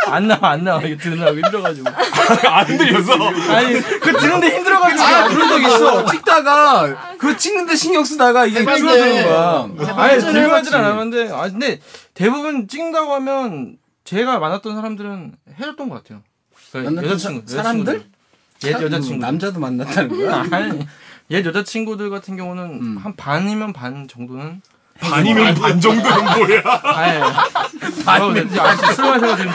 S6: 안 나와 안 나와 이거 들으려고 힘들어가지고.
S7: 안 들렸어
S6: 아니 그
S1: 드는데 힘들어가지고. 아 그런 적 있어. 찍다가 그거 찍는데 신경 쓰다가 이게
S9: 해봤네.
S1: 줄어드는 거야.
S6: 아니
S9: 해봤지.
S6: 들고 하진 않았는데 아 근데 대부분 찍는다고 하면 제가 만났던 사람들은 해줬던 것 같아요. 그러니까
S1: 만났던
S6: 여자친구
S1: 사- 사람들?
S6: 여자친구들. 옛 여자친구
S1: 남자도 만났다는 거야.
S6: 아니, 옛 여자친구들 같은 경우는 한 반이면 반 정도는
S7: 반이면 뭐
S1: 아, 예.
S7: 반 정도는 뭐야
S1: 어, 네.
S6: 아예 술 마셔가지고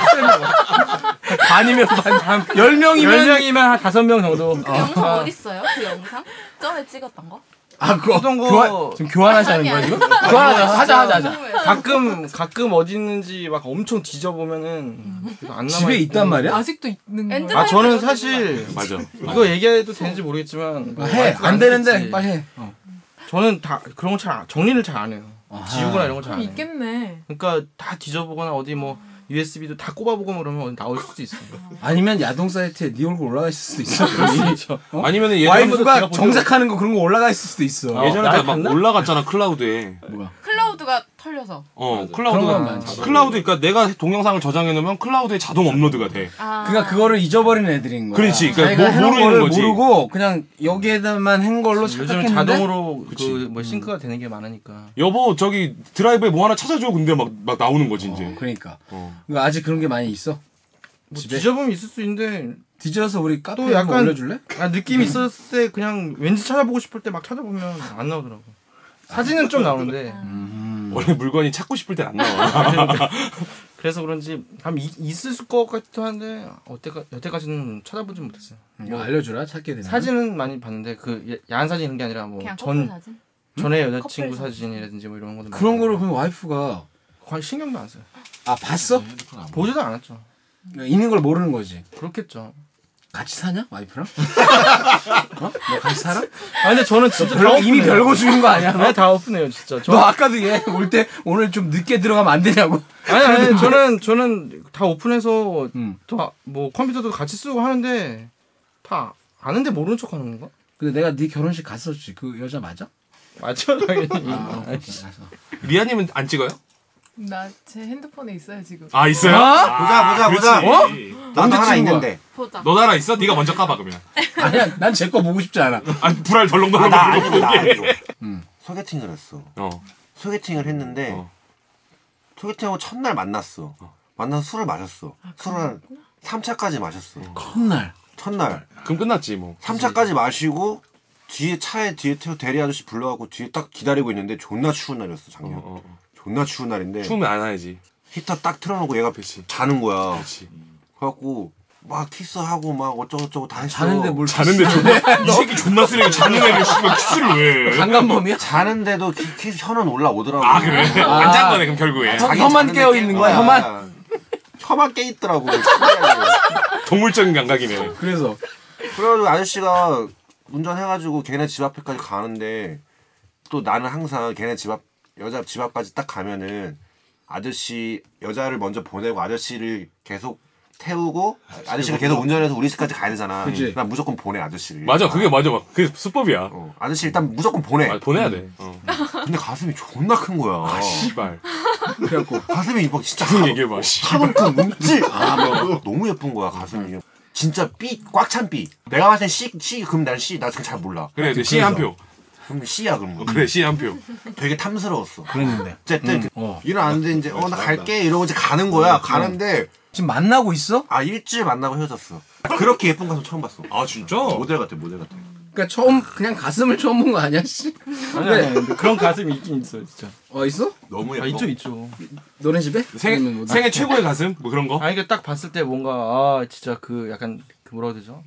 S6: 반이면 반.
S1: 열 명이면-
S6: 열 명이면 한 다섯 명 정도.
S4: 그 영상
S6: 아,
S4: 어디 있어요? 그 영상? 전에 찍었던 거?
S1: 아, 그거
S6: 쓰던 거
S1: 교환- 지금 교환하자는 거야, 지금? 교환하자, 하자, 하자, 하자.
S6: 가끔 가끔 어디 있는지 막 엄청 뒤져보면은 그래서 안 남아
S1: 집에 있단 말이야?
S2: 네, 아직도 있는 거야?
S6: 아 저는 사실
S7: 맞아.
S6: 이거 얘기해도 되는지 모르겠지만 뭐
S1: 아, 해.
S6: 와이프가
S1: 안 되는데
S6: 듣지.
S1: 빨리 해.
S6: 저는 다 그런 거 잘 정리를 잘 안 해요.
S1: 아.
S6: 지우거나 이런 거
S2: 좀
S6: 잘안 해요.
S2: 있겠네.
S6: 그러니까 다 뒤져보거나 어디 뭐 USB도 다 꼽아보고 그러면 나올 수도 있어요.
S1: 아니면 야동 사이트에 네 얼굴 올라가 있을 수도 있어.
S7: 그렇죠. 아니면은 아. 예전에도 제가
S1: 와이프가
S7: 보던-
S1: 정색하는 거 그런 거 올라가 있을 수도 있어.
S7: 예전에 다 막 올라갔잖아 클라우드에. 뭐야?
S4: 클라우드가 털려서.
S7: 어
S1: 그런
S7: 클라우드가
S1: 건 많지.
S7: 클라우드 그러니까 내가 동영상을 저장해 놓으면 클라우드에 자동 업로드가 돼.
S4: 아.
S1: 그러니까 그거를 잊어버린 애들인 거야.
S7: 그렇지. 그러니까
S1: 자기가
S7: 모-
S1: 해놓은
S7: 모르는
S1: 거를
S7: 거지. 음,
S1: 모르고 그냥 여기에다만 한 걸로
S6: 요즘
S1: 착각했는데 음.
S6: 자동으로 그 뭐 싱크가 되는 게 많으니까.
S7: 여보 저기 드라이브에 뭐 하나 찾아줘 근데 막 막 나오는 거지 이제. 어.
S1: 그러니까. 그러니까 아직 그런 게 많이 있어.
S6: 뭐 뒤져보면 있을 수 있는데
S1: 뒤져서 우리 카페에
S6: 또
S1: 한번
S6: 약간
S1: 올려줄래?
S6: 아, 느낌 있었을 때 그냥 왠지 찾아보고 싶을 때 막 찾아보면 안 나오더라고. 사진은 좀 나오는데
S4: 음.
S7: 원래 물건이 찾고 싶을 때 안 나와.
S6: 그래서 그런지 감 이- 있을 것 같기도 한데 어때까 여태까지는 찾아보진 못했어요.
S1: 이거 알려주라 찾게 되면.
S6: 뭐 사진은 많이 봤는데 그 야- 야한 사진 이런 게 아니라
S4: 그냥
S6: 뭐
S4: 커플
S6: 전
S4: 사진?
S6: 전에
S4: 음?
S6: 여자친구
S4: 커플
S6: 사진이라든지 뭐 이런 것도 많이
S1: 그런 거를 그럼 와이프가
S6: 거의 신경도 안 써요.
S1: 아 봤어?
S6: 보지도 않았죠.
S1: 있는 걸 모르는 거지.
S6: 그렇겠죠.
S1: 같이 사냐 와이프랑? 어? 너 같이 살아?
S6: 아 근데 저는 진짜
S1: 별거-
S6: 다 오픈해요.
S1: 이미 별거 주는 거 아니야, 너?
S6: 아니, 다 오픈해요 진짜. 저-
S1: 너 아까도 얘 올 때 오늘 좀 늦게 들어가면 안 되냐고.
S6: 아니 아니 저는 저는 다 오픈해서 다 뭐 컴퓨터도 같이 쓰고 하는데 다 아는데 모르는 척하는 건가?
S1: 근데 내가 네 결혼식 갔었지. 그 여자 맞아?
S6: 맞죠 당연히.
S1: 아,
S6: 아이씨.
S7: 리아님은 안 찍어요?
S2: 나 제 핸드폰에 있어요 지금.
S7: 아 있어요?
S1: 어?
S7: 아,
S1: 보자, 보자, 보자.
S7: 그렇지.
S1: 어? 나도 하나 있는데.
S4: 보자.
S7: 너도 하나 있어? 네가 먼저 까봐 그러면.
S1: 아니야, 난 제 거 보고 싶지 않아.
S7: 아 불알 덜렁덜렁.
S5: 아, 나 아니고, 나 아니고.
S1: 음.
S5: 소개팅을 했어.
S7: 어.
S5: 소개팅을 했는데 소개팅하고 첫날 만났어. 만나서 술을 마셨어. 술을 한 3차까지 마셨어.
S1: 첫날.
S5: 첫날.
S7: 그럼 끝났지 뭐.
S5: 3차까지 마시고 뒤에 차에 뒤에 태워 대리 아저씨 불러갖고 뒤에 딱 기다리고 있는데 존나 추운 날이었어 작년. 존나 추운 날인데.
S7: 추우면 안 하야지.
S5: 히터 딱 틀어놓고 얘가 자는 거야. 그래갖고 막 키스하고 막 어쩌고저쩌고 다 했어.
S1: 자는데 뭘
S7: 자는데 키스. 존나- 이 새끼 존나 쓰레기 자는 애를 씨발 키스를 왜 해?
S1: 강간범이야?
S5: 자는데도 키, 키 혀는 올라오더라고.
S7: 아 그래? 안 잔 거네 그럼 결국에.
S5: 자기 자는데 깰 거야. 혀만 깨 있더라고.
S7: 동물적인 감각이네.
S1: 그래서
S5: 그래가지고 아저씨가 운전해가지고 걔네 집 앞에까지 가는데 또 나는 항상 걔네 집 앞 여자 집 앞까지 딱 가면은 아저씨 여자를 먼저 보내고 아저씨를 계속 태우고 아저씨가 계속 운전해서 우리 집까지 가야 되잖아.
S7: 그치.
S5: 난 무조건 보내 아저씨를. 어.
S7: 맞아 그게 맞아 막 그게 수법이야.
S5: 아저씨 일단 무조건 보내.
S7: 네, 보내야 돼. 어.
S5: 근데 가슴이 존나 큰 거야.
S7: 아 씨발.
S1: 그래갖고
S5: 가슴이 막 진짜
S7: 무슨 그 얘기해봐.
S5: 하만큼 움찔. 아, 막 너무 예쁜 거야 가슴이. 진짜 B 꽉 찬 B. 내가 봤을 때 C C 그럼 난 C 나 지금 잘 몰라.
S7: 그래, 근데 C 한 표.
S5: 그럼 C야 그럼.
S7: 그래, C 한 표.
S5: 되게 탐스러웠어.
S1: 그랬는데.
S5: 어쨌든
S1: 음,
S5: 그-
S1: 어.
S5: 일어났는데 이제 어 나 갈게 이러고 이제 가는 거야.
S1: 음,
S5: 가는데
S1: 지금 만나고 있어?
S5: 아 일주일 만나고 헤어졌어. 그렇게 예쁜 가슴 처음 봤어.
S7: 아 진짜?
S5: 모델 같아 모델 같아.
S1: 그러니까 처음 그냥 가슴을 처음 본 거 아니야, 씨?
S6: 아니, 아니, 근데 그런 가슴이 있긴 있어요, 진짜.
S1: 어 있어?
S5: 너무
S6: 아, 있죠, 있죠.
S1: 너네 집에?
S6: 생애,
S7: 생애 최고의 가슴? 뭐 그런 거?
S6: 아니, 그러니까 딱 봤을 때 뭔가, 아, 진짜 그 약간, 그 뭐라고 해야 되죠?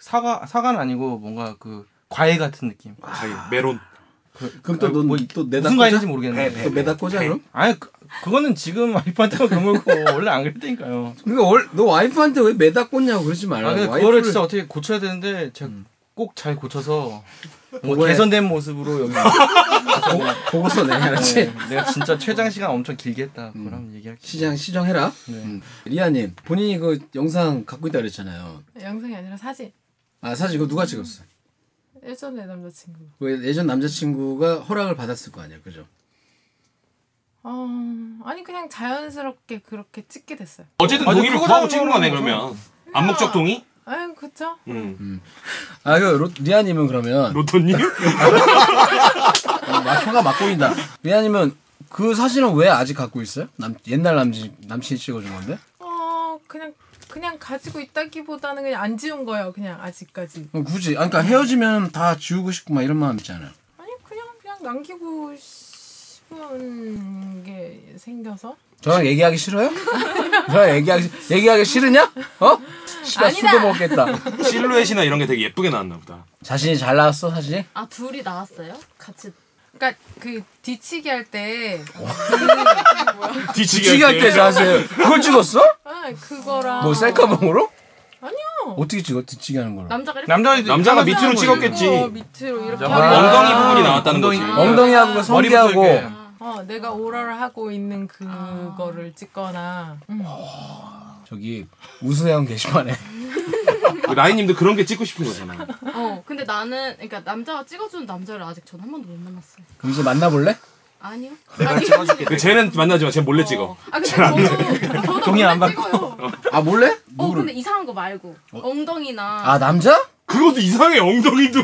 S6: 사과, 사과는 아니고 뭔가 그 과일 같은 느낌.
S7: 과일, 메론.
S6: 그,
S1: 그럼 또 넌 또 내다 꽂아?
S6: 무슨
S1: 네,
S6: 과일인지 모르겠는데.
S1: 배, 배, 또 매다 꽂아, 배. 그럼?
S6: 아니, 그, 그거는 지금 와이프한테만 그물고 원래 안 그랬다니까요.
S1: 그러니까 월- 너 와이프한테 왜 매다 꽂냐고 그러지 말라.
S6: 아, 근데 그거를 진짜 어떻게 고쳐야 되는데 제가
S1: 음.
S6: 꼭 잘 고쳐서 뭔가
S1: 그거에-
S6: 개선된 모습으로 여기
S1: 보고서 내야 알았지?
S6: 네, 내가 진짜 최장 시간 엄청 길게 했다. 그럼
S5: 음.
S6: 얘기할게.
S1: 시장 시정해라.
S6: 네.
S1: 음. 리아님 본인이 그 영상 갖고 있다 그랬잖아요.
S2: 영상이 아니라 사진.
S1: 아 사실 이거 누가 찍었어?
S2: 예전에 남자친구.
S1: 그 예전 남자친구가 허락을 받았을 거 아니야, 그죠?
S2: 어, 아니 그냥 자연스럽게 그렇게 찍게 됐어요.
S7: 어쨌든
S1: 아니,
S7: 동의를
S1: 그거
S7: 구하고
S1: 다
S7: 찍은 거네
S1: 그러는
S7: 그러면. 암묵적 동의?
S2: 아유 그쵸?
S7: 음.
S1: 아, 그 로- 리아님은 그러면
S7: 로또님? 아,
S1: 막혀가 막 보인다. 리아님은 그 사진은 왜 아직 갖고 있어요? 남 옛날 남친 남친이 찍어준 건데.
S2: 어 그냥 그냥 가지고 있다기보다는 그냥 안 지운 거예요. 그냥 아직까지.
S1: 어, 굳이 아 그러니까 헤어지면 다 지우고 싶고 막 이런 마음 있잖아요.
S2: 아니 그냥 그냥 남기고 싶은 게 생겨서
S1: 저랑 얘기하기 싫어요? 저랑 얘기하기 얘기하기 싫으냐? 어? 씨발 술도 먹겠다.
S7: 실루엣이나 이런 게 되게 예쁘게 나왔나 보다.
S1: 자신이 잘 나왔어 사진이?
S4: 아 둘이 나왔어요? 같이. 그러니까 그 뒤치기 할 때
S7: 뒤치기
S1: 할때 자세. 그걸 찍었어?
S2: 아,
S4: 그거랑
S1: 뭐 셀카봉으로?
S4: 아니요.
S1: 어떻게 찍어? 뒤치기 하는 걸로?
S4: 남자가 이렇게
S7: 남자가 남자가 밑으로 찍었겠지.
S4: 어, 밑으로 이렇게
S7: 아, 엉덩이 부분이 나왔다는
S1: 엉덩이-
S7: 거지.
S1: 엉덩이하고 성기하고.
S7: 머리부터 이렇게.
S2: 어, 내가 오랄 하고 있는 그거를
S1: 아.
S2: 찍거나.
S1: 음. 저기 우수형 게시판에
S7: 라인님도 그런 게 찍고 싶은 거잖아.
S4: 어 근데 나는 그러니까 남자가 찍어주는 남자를 아직 전 한 번도 못 만났어요.
S1: 그럼 이제 만나볼래?
S4: 아니요.
S7: 그 쟤는 만나지만 쟤 몰래 찍어.
S4: 아 근데
S7: 쟤는 안
S4: 저도
S7: 찍어.
S4: 저도 몰래
S7: 받고.
S1: 아 몰래?
S4: 어 근데 이상한 거 말고 엉덩이나
S1: 어? 아 남자?
S7: 그것도 이상해 엉덩이도.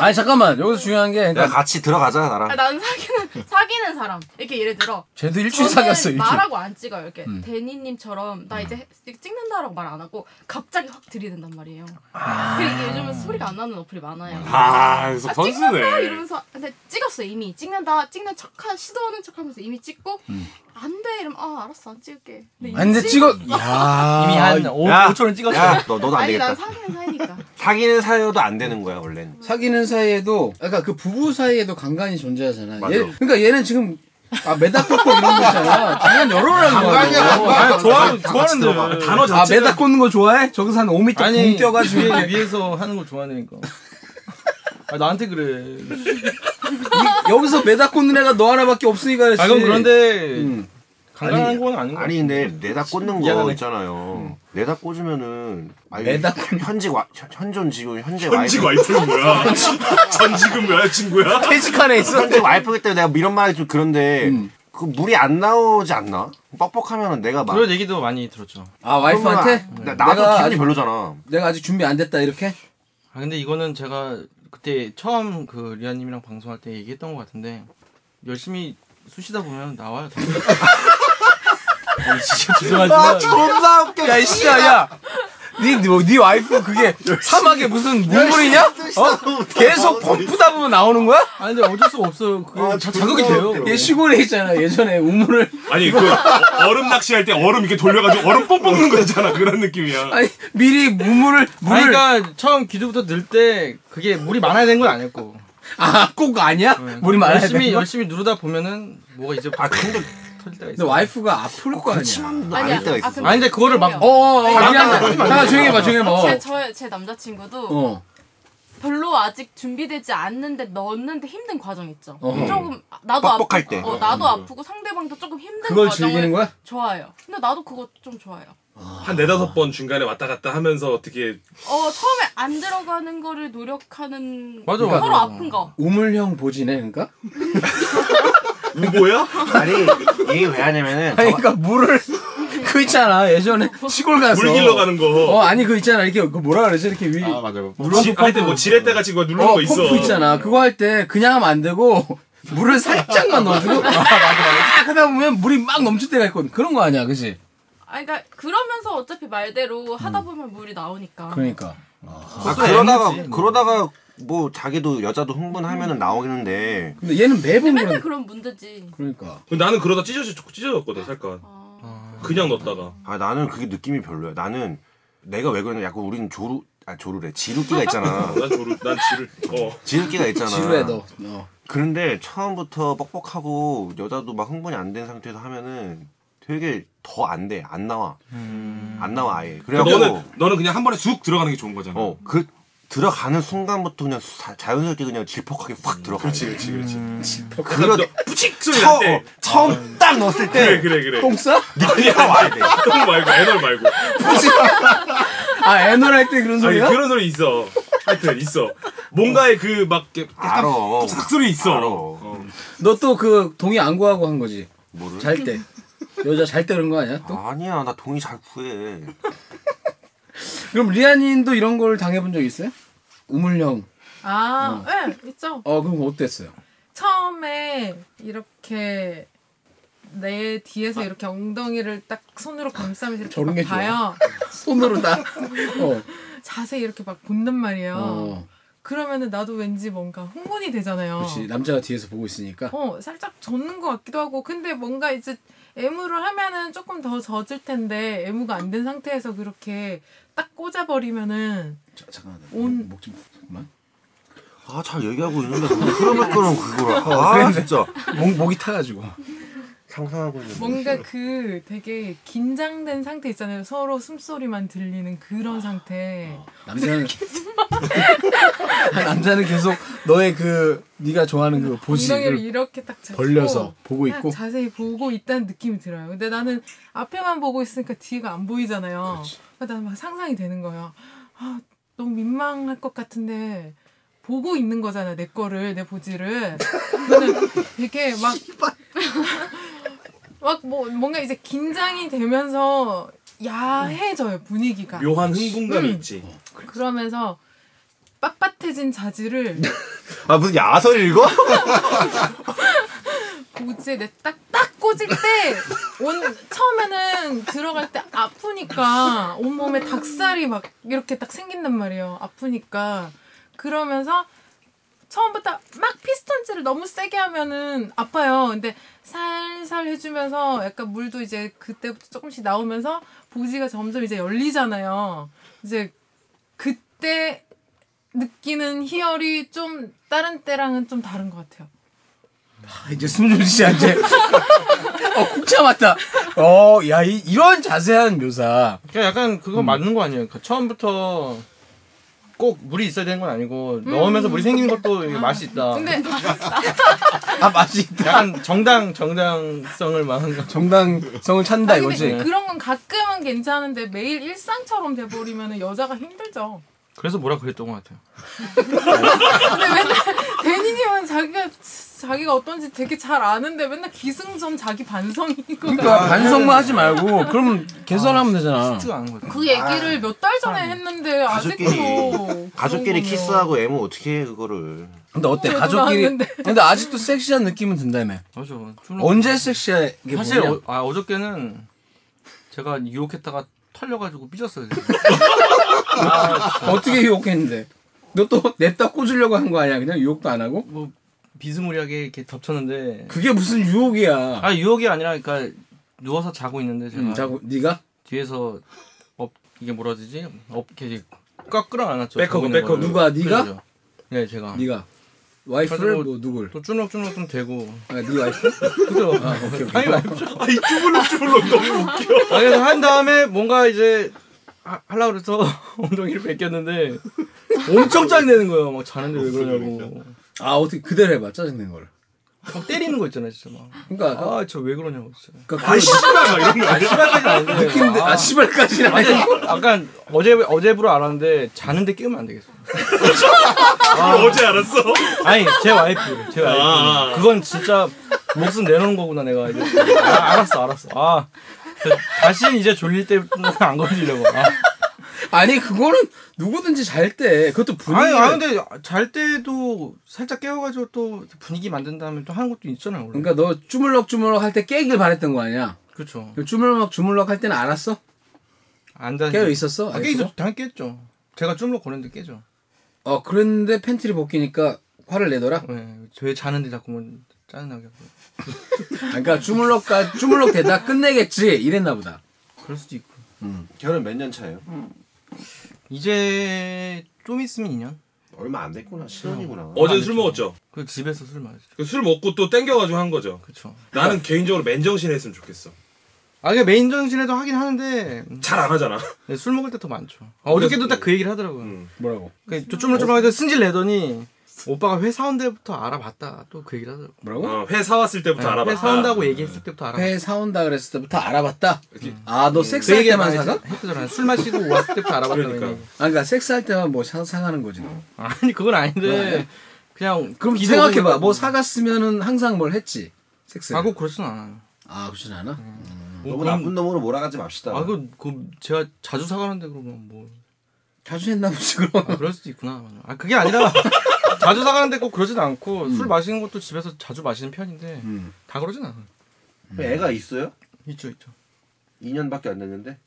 S1: 아니 잠깐만 여기서 중요한 게 그러니까 같이 들어가자
S4: 아, 나는 사귀는 사귀는 사람 이렇게 예를 들어
S1: 쟤도 일주일
S4: 저는
S1: 사귀었어, 일주일.
S4: 말하고 안 찍어요 이렇게
S1: 음.
S4: 데니님처럼 나 이제 해- 찍는다라고 말 안 하고 갑자기 확 들이댄단 말이에요
S7: 아.
S4: 그리고 이게 요즘은 소리가 안 나는 어플이 많아요
S7: 아, 그래서
S4: 찍는다
S7: 선수네.
S4: 이러면서 근데 찍었어 이미 찍는다 찍는 척하 시도하는 척하면서 이미 찍고
S1: 음.
S4: 안 돼 이러면 아 알았어 안 찍을게 근데 이미
S1: 안돼 음. 찍어.
S7: 아,
S5: 야.
S6: 이미 한 오-
S5: 야.
S6: 오초는 찍었어.
S5: 야, 너 너도 안
S4: 아니 난
S5: 되겠다.
S4: 사귀는 사이니까
S5: 사귀는 사이여도 안 되는 거야 원래는.
S1: 사귀는 사이에도 그러니까 그 부부 사이에도 간간이 존재하잖아.
S5: 맞아.
S1: 얘, 그러니까 얘는 지금 아 메다꽂고 이런 거 있잖아. 당연 열어라는 거야.
S5: 간간이야, 간간.
S6: 좋아하는- 좋아하는데. 단어
S1: 아
S6: 자체를-
S1: 메다 꽂는 거 좋아해? 저기서 한 5m 붕 뛰어가지고
S6: 위에, 위에서 하는 걸 좋아하니까. 아 나한테 그래.
S1: 여기서 메다 꽂는 애가 너 하나밖에 없으니까. 그렇지.
S6: 아 그럼 그런데 강간한
S5: 음. 아니,
S6: 건 아닌 거
S5: 아니 근데 내다 꽂는 거
S6: 미안하네.
S5: 있잖아요. 내다 꽂으면은 아니,
S6: 내다
S5: 현직 와 현- 현존 지금 현재
S3: 현직
S5: 와이프.
S3: 와이프는 뭐야? 전 지금 뭐야 친구야?
S5: 현직 와이프기 때문에 내가 이런 말이 좀 그런데 그 물이 안 나오지 않나? 뻑뻑하면은 내가 막
S6: 그런 얘기도 많이 들었죠.
S1: 아 와이프한테?
S5: 그러면 나- 나도 기분이 별로잖아.
S1: 내가 아직 준비 안 됐다 이렇게?
S6: 아 근데 이거는 제가 그때 처음 그 리아님이랑 방송할 때 얘기했던 것 같은데 열심히 쑤시다 보면 나와요. 아니, 진짜
S1: 아,
S6: 죄송하지만
S1: 존나 웃겨. 야, 이씨야, 야. 네, 뭐, 네 와이프 그게 사막에 무슨 물물이냐? 어?
S5: 아,
S1: 계속 펌프다 보면 나오는 거야?
S6: 아니 근데 어쩔 수가 없어요. 그게 다 자극이 돼요.
S1: 얘 시골에 있잖아. 예전에 우물을.
S7: 아니 그 어- 얼음 낚시할 때 얼음 이렇게 돌려가지고 얼음 뽕 뽑는 거잖아 그런 느낌이야.
S1: 아니 미리 물을
S6: 물을 그러니까 처음 기도부터 늘 때 그게 물이 많아야 되는 건 아니었고.
S1: 아, 꼭 아니야?
S6: 네.
S1: 물이 많아야
S6: 열심히
S1: 되는 거?
S6: 열심히 누르다 보면은 뭐가 이제 아 근데 터질 때가 있어.
S1: 근데 와이프가 아플 거 아니야.
S4: 아니야. 때가 있어. 아, 근데
S6: 아니 근데 그거를 막
S4: 그럼요.
S1: 어, 어, 미안. 잠깐 조용히 해봐, 조용히 해봐. 어.
S4: 제, 저, 제 남자친구도
S1: 어.
S4: 별로 아직 준비되지 않는데 넣는데 힘든 과정 있죠.
S1: 어허.
S4: 조금 나도
S1: 뻑뻑할
S4: 아프,
S1: 때.
S4: 어, 나도 아프고 상대방도 조금 힘든
S1: 그걸
S4: 과정을
S1: 즐기는 거야?
S4: 좋아요. 근데 나도 그거 좀 좋아요.
S7: 한 네다섯 번 중간에 왔다 갔다 하면서 어떻게
S4: 어 처음에 안 들어가는 거를 노력하는 그러니까
S1: 맞아,
S4: 서로
S1: 맞아.
S4: 아픈 거.
S1: 우물형 보지네, 그러니까?
S6: 어.
S7: 우보야?
S5: 아니 이게 왜 하냐면은
S1: 아니, 그러니까 물을 그 있잖아 예전에 시골 가서
S7: 물 길러 가는 거.
S1: 어 아니 그 있잖아 이렇게 그 뭐라 그러지 이렇게 위. 아
S8: 맞아.
S7: 지, 하여튼 뭐 지렛대 같이 그거 누르는
S1: 어,
S7: 거 있어.
S1: 펌프 있잖아. 그거 할 때 그냥 하면 안 되고 물을 살짝만 넣어주고 아, 맞아, 맞아. 딱 하다 보면 물이 막 넘칠 때가 있거든. 그런 거 아니야, 그지?
S4: 아 그러니까 그러면서 어차피 말대로 하다 보면 물이 나오니까.
S1: 그러니까.
S5: 아, 그러다가 그러다가 뭐 자기도 여자도 흥분하면은 나오는데.
S1: 근데 얘는
S4: 근데 맨날 그런 문제지.
S1: 그러니까.
S7: 나는 그러다 찢어져 찢어졌거든 살까. 그냥 넣었다가.
S5: 아 나는 그게 느낌이 별로야. 나는 내가 왜 그러냐? 약간 우리는 조루 아 조루래 지루기가 있잖아.
S7: 난 조루 난 지를 어.
S5: 지름기가 있잖아.
S1: 지루해 너. 어.
S5: 그런데 처음부터 뻑뻑하고 여자도 막 흥분이 안 된 상태에서 하면은 되게 더 안 돼. 안 나와.
S1: 음.
S5: 안 나와 아예. 그래갖고
S7: 너는 너는 그냥 한 번에 쑥 들어가는 게 좋은 거잖아.
S5: 어, 그 들어가는 순간부터 그냥 사- 자연스럽게 그냥 질퍽하게 확 들어가. 그렇지,
S7: 그렇지, 그렇지.
S5: 그거
S7: 뿌직 소리 날
S5: 처음
S7: 때. 아.
S5: 처음 딱 넣었을
S7: 그래
S5: 때.
S7: 그래 그래.
S5: 똥
S1: 싸?
S7: 아니야 말고 똥 말고 애널 말고.
S1: 아 애널 할 때 그런 소리야?
S7: 아니 그런 소리 있어. 하여튼 있어. 뭔가의 그막 약간 푸착 소리 있어. 어.
S1: 너 또 그 동의 안 구하고 한 거지?
S5: 뭐를?
S1: 잘 때. 여자 잘 때 그런 거 아니야? 또?
S5: 아니야, 나 동의 잘 구해.
S1: 그럼 리아님도 이런 걸 당해본 적 있어요? 우물형.
S2: 아, 예, 있죠.
S1: 어 그럼 어땠어요?
S2: 처음에 이렇게 내 뒤에서 이렇게 엉덩이를 딱 손으로 감싸면서
S1: 아.
S2: 이렇게
S1: 저런 게
S2: 막
S1: 좋아.
S2: 봐요.
S1: 손으로 다. 어.
S2: 자세히 이렇게 막 본단 말이에요.
S1: 어.
S2: 그러면은 나도 왠지 뭔가 흥분이 되잖아요.
S1: 그렇지 남자가 뒤에서 보고 있으니까
S2: 어, 살짝 젖는 것 같기도 하고, 근데 뭔가 이제 애무를 하면은 조금 더 젖을 텐데, 애무가 안 된 상태에서 그렇게 딱 꽂아버리면은,
S1: 잠깐만
S2: 온,
S1: 목좀 잠깐만
S5: 아 잘 얘기하고 있는데 근데 흐름을 끊은 그거라.
S1: 어,
S5: 아
S1: 그랬네.
S5: 진짜.
S1: 목 목이 타가지고.
S5: 상상하고 있는.
S2: 뭔가 그 되게 긴장된 상태 있잖아요. 서로 숨소리만 들리는 그런 상태.
S1: 남자는 남자는 계속 너의 그 네가 좋아하는 그
S2: 엉덩이를
S1: 보식을
S2: 이렇게 딱 잡고
S1: 벌려서 보고
S2: 딱
S1: 있고?
S2: 자세히 보고 있다는 느낌이 들어요. 근데 나는 앞에만 보고 있으니까 뒤가 안 보이잖아요. 그러니까 나는 막 상상이 되는 거예요. 아, 너무 민망할 것 같은데 보고 있는 거잖아 내 거를 내 보지를. 근데 되게 막막 뭐 뭔가 이제 긴장이 되면서 야해져요 분위기가.
S7: 묘한 흥분감이
S2: 음.
S7: 있지.
S2: 그러면서 빳빳해진 자지를
S5: 아 무슨 야설 읽어?
S2: 고지에 내 딱, 딱 꽂을 때, 온, 처음에는 들어갈 때 아프니까, 온몸에 닭살이 막 이렇게 딱 생긴단 말이에요. 아프니까. 그러면서, 처음부터 막 피스톤질을 너무 세게 하면은 아파요. 근데 살살 해주면서 약간 물도 이제 그때부터 조금씩 나오면서 보지가 점점 이제 열리잖아요. 이제 그때 느끼는 희열이 좀 다른 때랑은 좀 다른 것 같아요.
S1: 아, 이제 숨 좀 쉬자 이제. 어꾹 참았다. 어야 이런 자세한 묘사.
S6: 그러니까 약간 그거 맞는 거 아니에요? 그러니까 처음부터 꼭 물이 있어야 되는 건 아니고 넣으면서 물이 생기는 것도 이게 맛이 있다.
S2: 음. 근데
S1: 아 맛이 있다.
S6: 약간 정당 정당성을 말하는 거.
S1: 정당성을 찬다
S2: 아니, 근데 그런 건 가끔은 괜찮은데 매일 일상처럼 돼버리면 여자가 힘들죠.
S6: 그래서 뭐라 그랬던 것 같아요.
S2: 근데 맨날 대니님은 자기가 자기가 어떤지 되게 잘 아는데 맨날 기승전 자기 반성인 거야.
S1: 그러니까
S2: 네.
S1: 반성만 하지 말고 그럼 개선하면 되잖아.
S6: 스트가 안 거지.
S2: 그 얘기를 몇 달 전에 했는데 아직도
S5: 아, 가족끼리
S2: 그런 거면.
S5: 키스하고 애무 어떻게 해 그거를?
S1: 근데 어때
S2: 저도
S1: 가족끼리?
S2: 나왔는데.
S1: 근데 아직도 섹시한 느낌은 든다며.
S6: 맞아. 좀-
S1: 언제 섹시하게
S6: 사실
S1: 보냐?
S6: 어, 아, 어저께는 제가 유혹했다가 털려가지고 삐졌어요.
S1: 어떻게 유혹했는데? 너 또 냅다 꽂으려고 한 거 아니야? 그냥 유혹도 안 하고?
S6: 뭐 비스무리하게 이렇게 덮쳤는데
S1: 그게 무슨 유혹이야?
S6: 아 유혹이 아니라 그러니까 누워서 자고 있는데 제가
S1: 음, 자고 네가
S6: 뒤에서 업 이게 뭐라 되지? 업 이렇게 꽉 끌어안았죠.
S1: 백허그,
S6: 자고 있는
S1: 백허그.
S6: 거를.
S1: 누가, 네가?
S6: 그래서, 네 제가.
S1: 네가 와이프를 뭐 누굴?
S6: 또 쭈룩쭈룩 좀 되고.
S1: 아, 네 와이프?
S6: 그죠?
S1: 아, 오케이, 오케이.
S6: 아니 와이프. 아이 쭈물럭쭈물럭 너무 웃겨. 아 그래서 한 다음에 뭔가 이제 하, 하려고 그래서 엉덩이를 벗겼는데 엄청 짜증내는 거예요. 막 자는데 왜 그러냐고.
S1: 아 어떻게 그대로 해봐 짜증낸 걸.
S6: 막 때리는 거 있잖아요, 진짜 막.
S1: 그러니까
S6: 아 저 왜 그러냐고 진짜.
S1: 그러니까 아, 씨발, 막 이런 거 아니야?
S6: 씨발까지 아닌데.
S1: 느낌인데, 아, 씨발까지는 아니고.
S6: 약간 어제 어제부로 알았는데 자는데 끼우면 안 되겠어.
S5: 아.
S7: 어제 아, 알았어?
S6: 아니 제 와이프, 제 와이프.
S7: 아, 아.
S6: 그건 진짜 목숨 내놓는 거구나 내가 이제. 아, 알았어, 알았어. 아 다시 이제 졸릴 때부터는 안 건드리려고. 아.
S1: 아니 그거는 누구든지 잘 때 그것도 분위기.
S6: 아니, 아 근데 잘 때도 살짝 깨워가지고 또 분위기 만든 다음에 또 하는 것도 있잖아요. 원래.
S1: 그러니까 너 주물럭 주물럭 할 때 깨길 바랬던 거 아니야?
S6: 그렇죠.
S1: 그럼 주물럭 주물럭 할 때는 알았어?
S6: 안다.
S1: 깨어 있었어?
S6: 아, 깨죠. 당연 깼죠. 제가 쭈물럭 거는데 깨죠.
S1: 어 그랬는데 팬티를 벗기니까 화를 내더라.
S6: 네, 왜 자는데 자꾸 뭐 짜증나게. 하고.
S1: 그러니까 주물럭가 주물럭 되다 끝내겠지 이랬나 보다.
S6: 그럴 수도 있고.
S5: 결혼 몇 년 차예요?
S6: 이제 좀 있으면 2년.
S5: 얼마 안 됐구나 신혼이구나.
S7: 어제 술 먹었죠?
S6: 그 집에서 술 마셨죠.
S7: 그술 먹고 또 땡겨가지고 한 거죠.
S6: 그쵸.
S7: 나는 개인적으로 맨정신 했으면 좋겠어.
S6: 아, 그 메인 정신에도 하긴 하는데
S7: 잘 안 하잖아.
S6: 네, 술 먹을 때 더 많죠. 아, 어저께도 딱 그 얘기를 하더라고요.
S1: 음. 뭐라고?
S6: 그 쪼물쪼물하게 승질 내더니 오빠가 회사 온 데부터 알아봤다. 또 그 얘기를 하더라고.
S1: 뭐라고?
S7: 어, 회사 왔을 때부터 알아봤다. 음.
S6: 회사 온다고 얘기했을 때부터 알아봤다.
S1: 회 사온다 그랬을 때부터 알아봤다. 아 너 섹스할
S6: 그 얘기
S1: 때만
S6: 많이
S1: 사가?
S6: 했- 했잖아. 술 마시고 왔을 때부터 알아봤다는
S1: 그러니까.
S6: 얘기.
S1: 아 그러니까 섹스할 때만 뭐 사, 사가는 거지. 너.
S6: 아니 그건 아닌데 그냥
S1: 그럼
S6: 기도
S1: 생각해봐.
S6: 오고
S1: 뭐 사갔으면은 항상 뭘 했지? 섹스.
S6: 아, 그거 그렇진 않아요. 뭐
S1: 아 그렇진 않아?
S5: 너무 나쁜 놈으로 몰아가지 맙시다.
S6: 아, 그, 그, 제가 자주 사가는데 그러면 뭐.
S1: 자주 했나 보지, 그럼.
S6: 아, 그럴 수도 있구나. 아, 그게 아니라, 자주 사가는데 꼭 그러진 않고, 술 마시는 것도 집에서 자주 마시는 편인데, 다 그러진 않아요.
S5: 애가 있어요?
S6: 있죠, 있죠.
S5: 2년밖에 안 됐는데.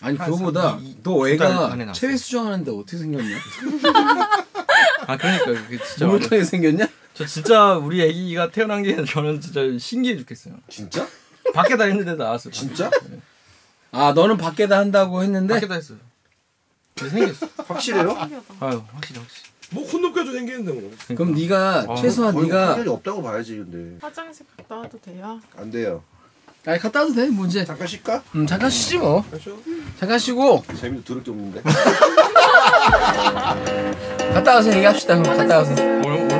S1: 아니
S5: 한
S1: 그거보다
S5: 삼, 이,
S1: 너
S5: 두달
S1: 애가
S5: 안에 낳았어.
S1: 체외 수정하는데 어떻게 생겼냐?
S6: 아 그러니까 그게 진짜
S1: 목욕탕이
S6: 완전-
S1: 생겼냐?
S6: 저 진짜 우리 아기가 태어난 게 저는 진짜 신기해 죽겠어요.
S5: 진짜?
S6: 밖에 다 했는데 나왔어요.
S5: 진짜?
S1: 아 너는 밖에다 한다고 했는데
S6: 밖에다 했어요. 근데 생겼어.
S5: 확실해요?
S6: 아유 확실해 확실해.
S7: 뭐 콧높여도 생기는데 뭐.
S1: 그럼 네가 최소한
S5: 거의 뭐
S1: 네가
S5: 확률이 없다고 봐야지 근데
S2: 화장실 갔다 와도 돼요?
S5: 안 돼요.
S1: 아니 갔다 와도 돼 문제
S5: 잠깐 쉴까?
S1: 음 잠깐 쉬지 뭐
S7: 그렇죠?
S1: 잠깐 쉬고
S5: 재미도 들을 게 없는데
S1: 갔다 와서 얘기합시다 그럼 갔다 와서
S6: 오늘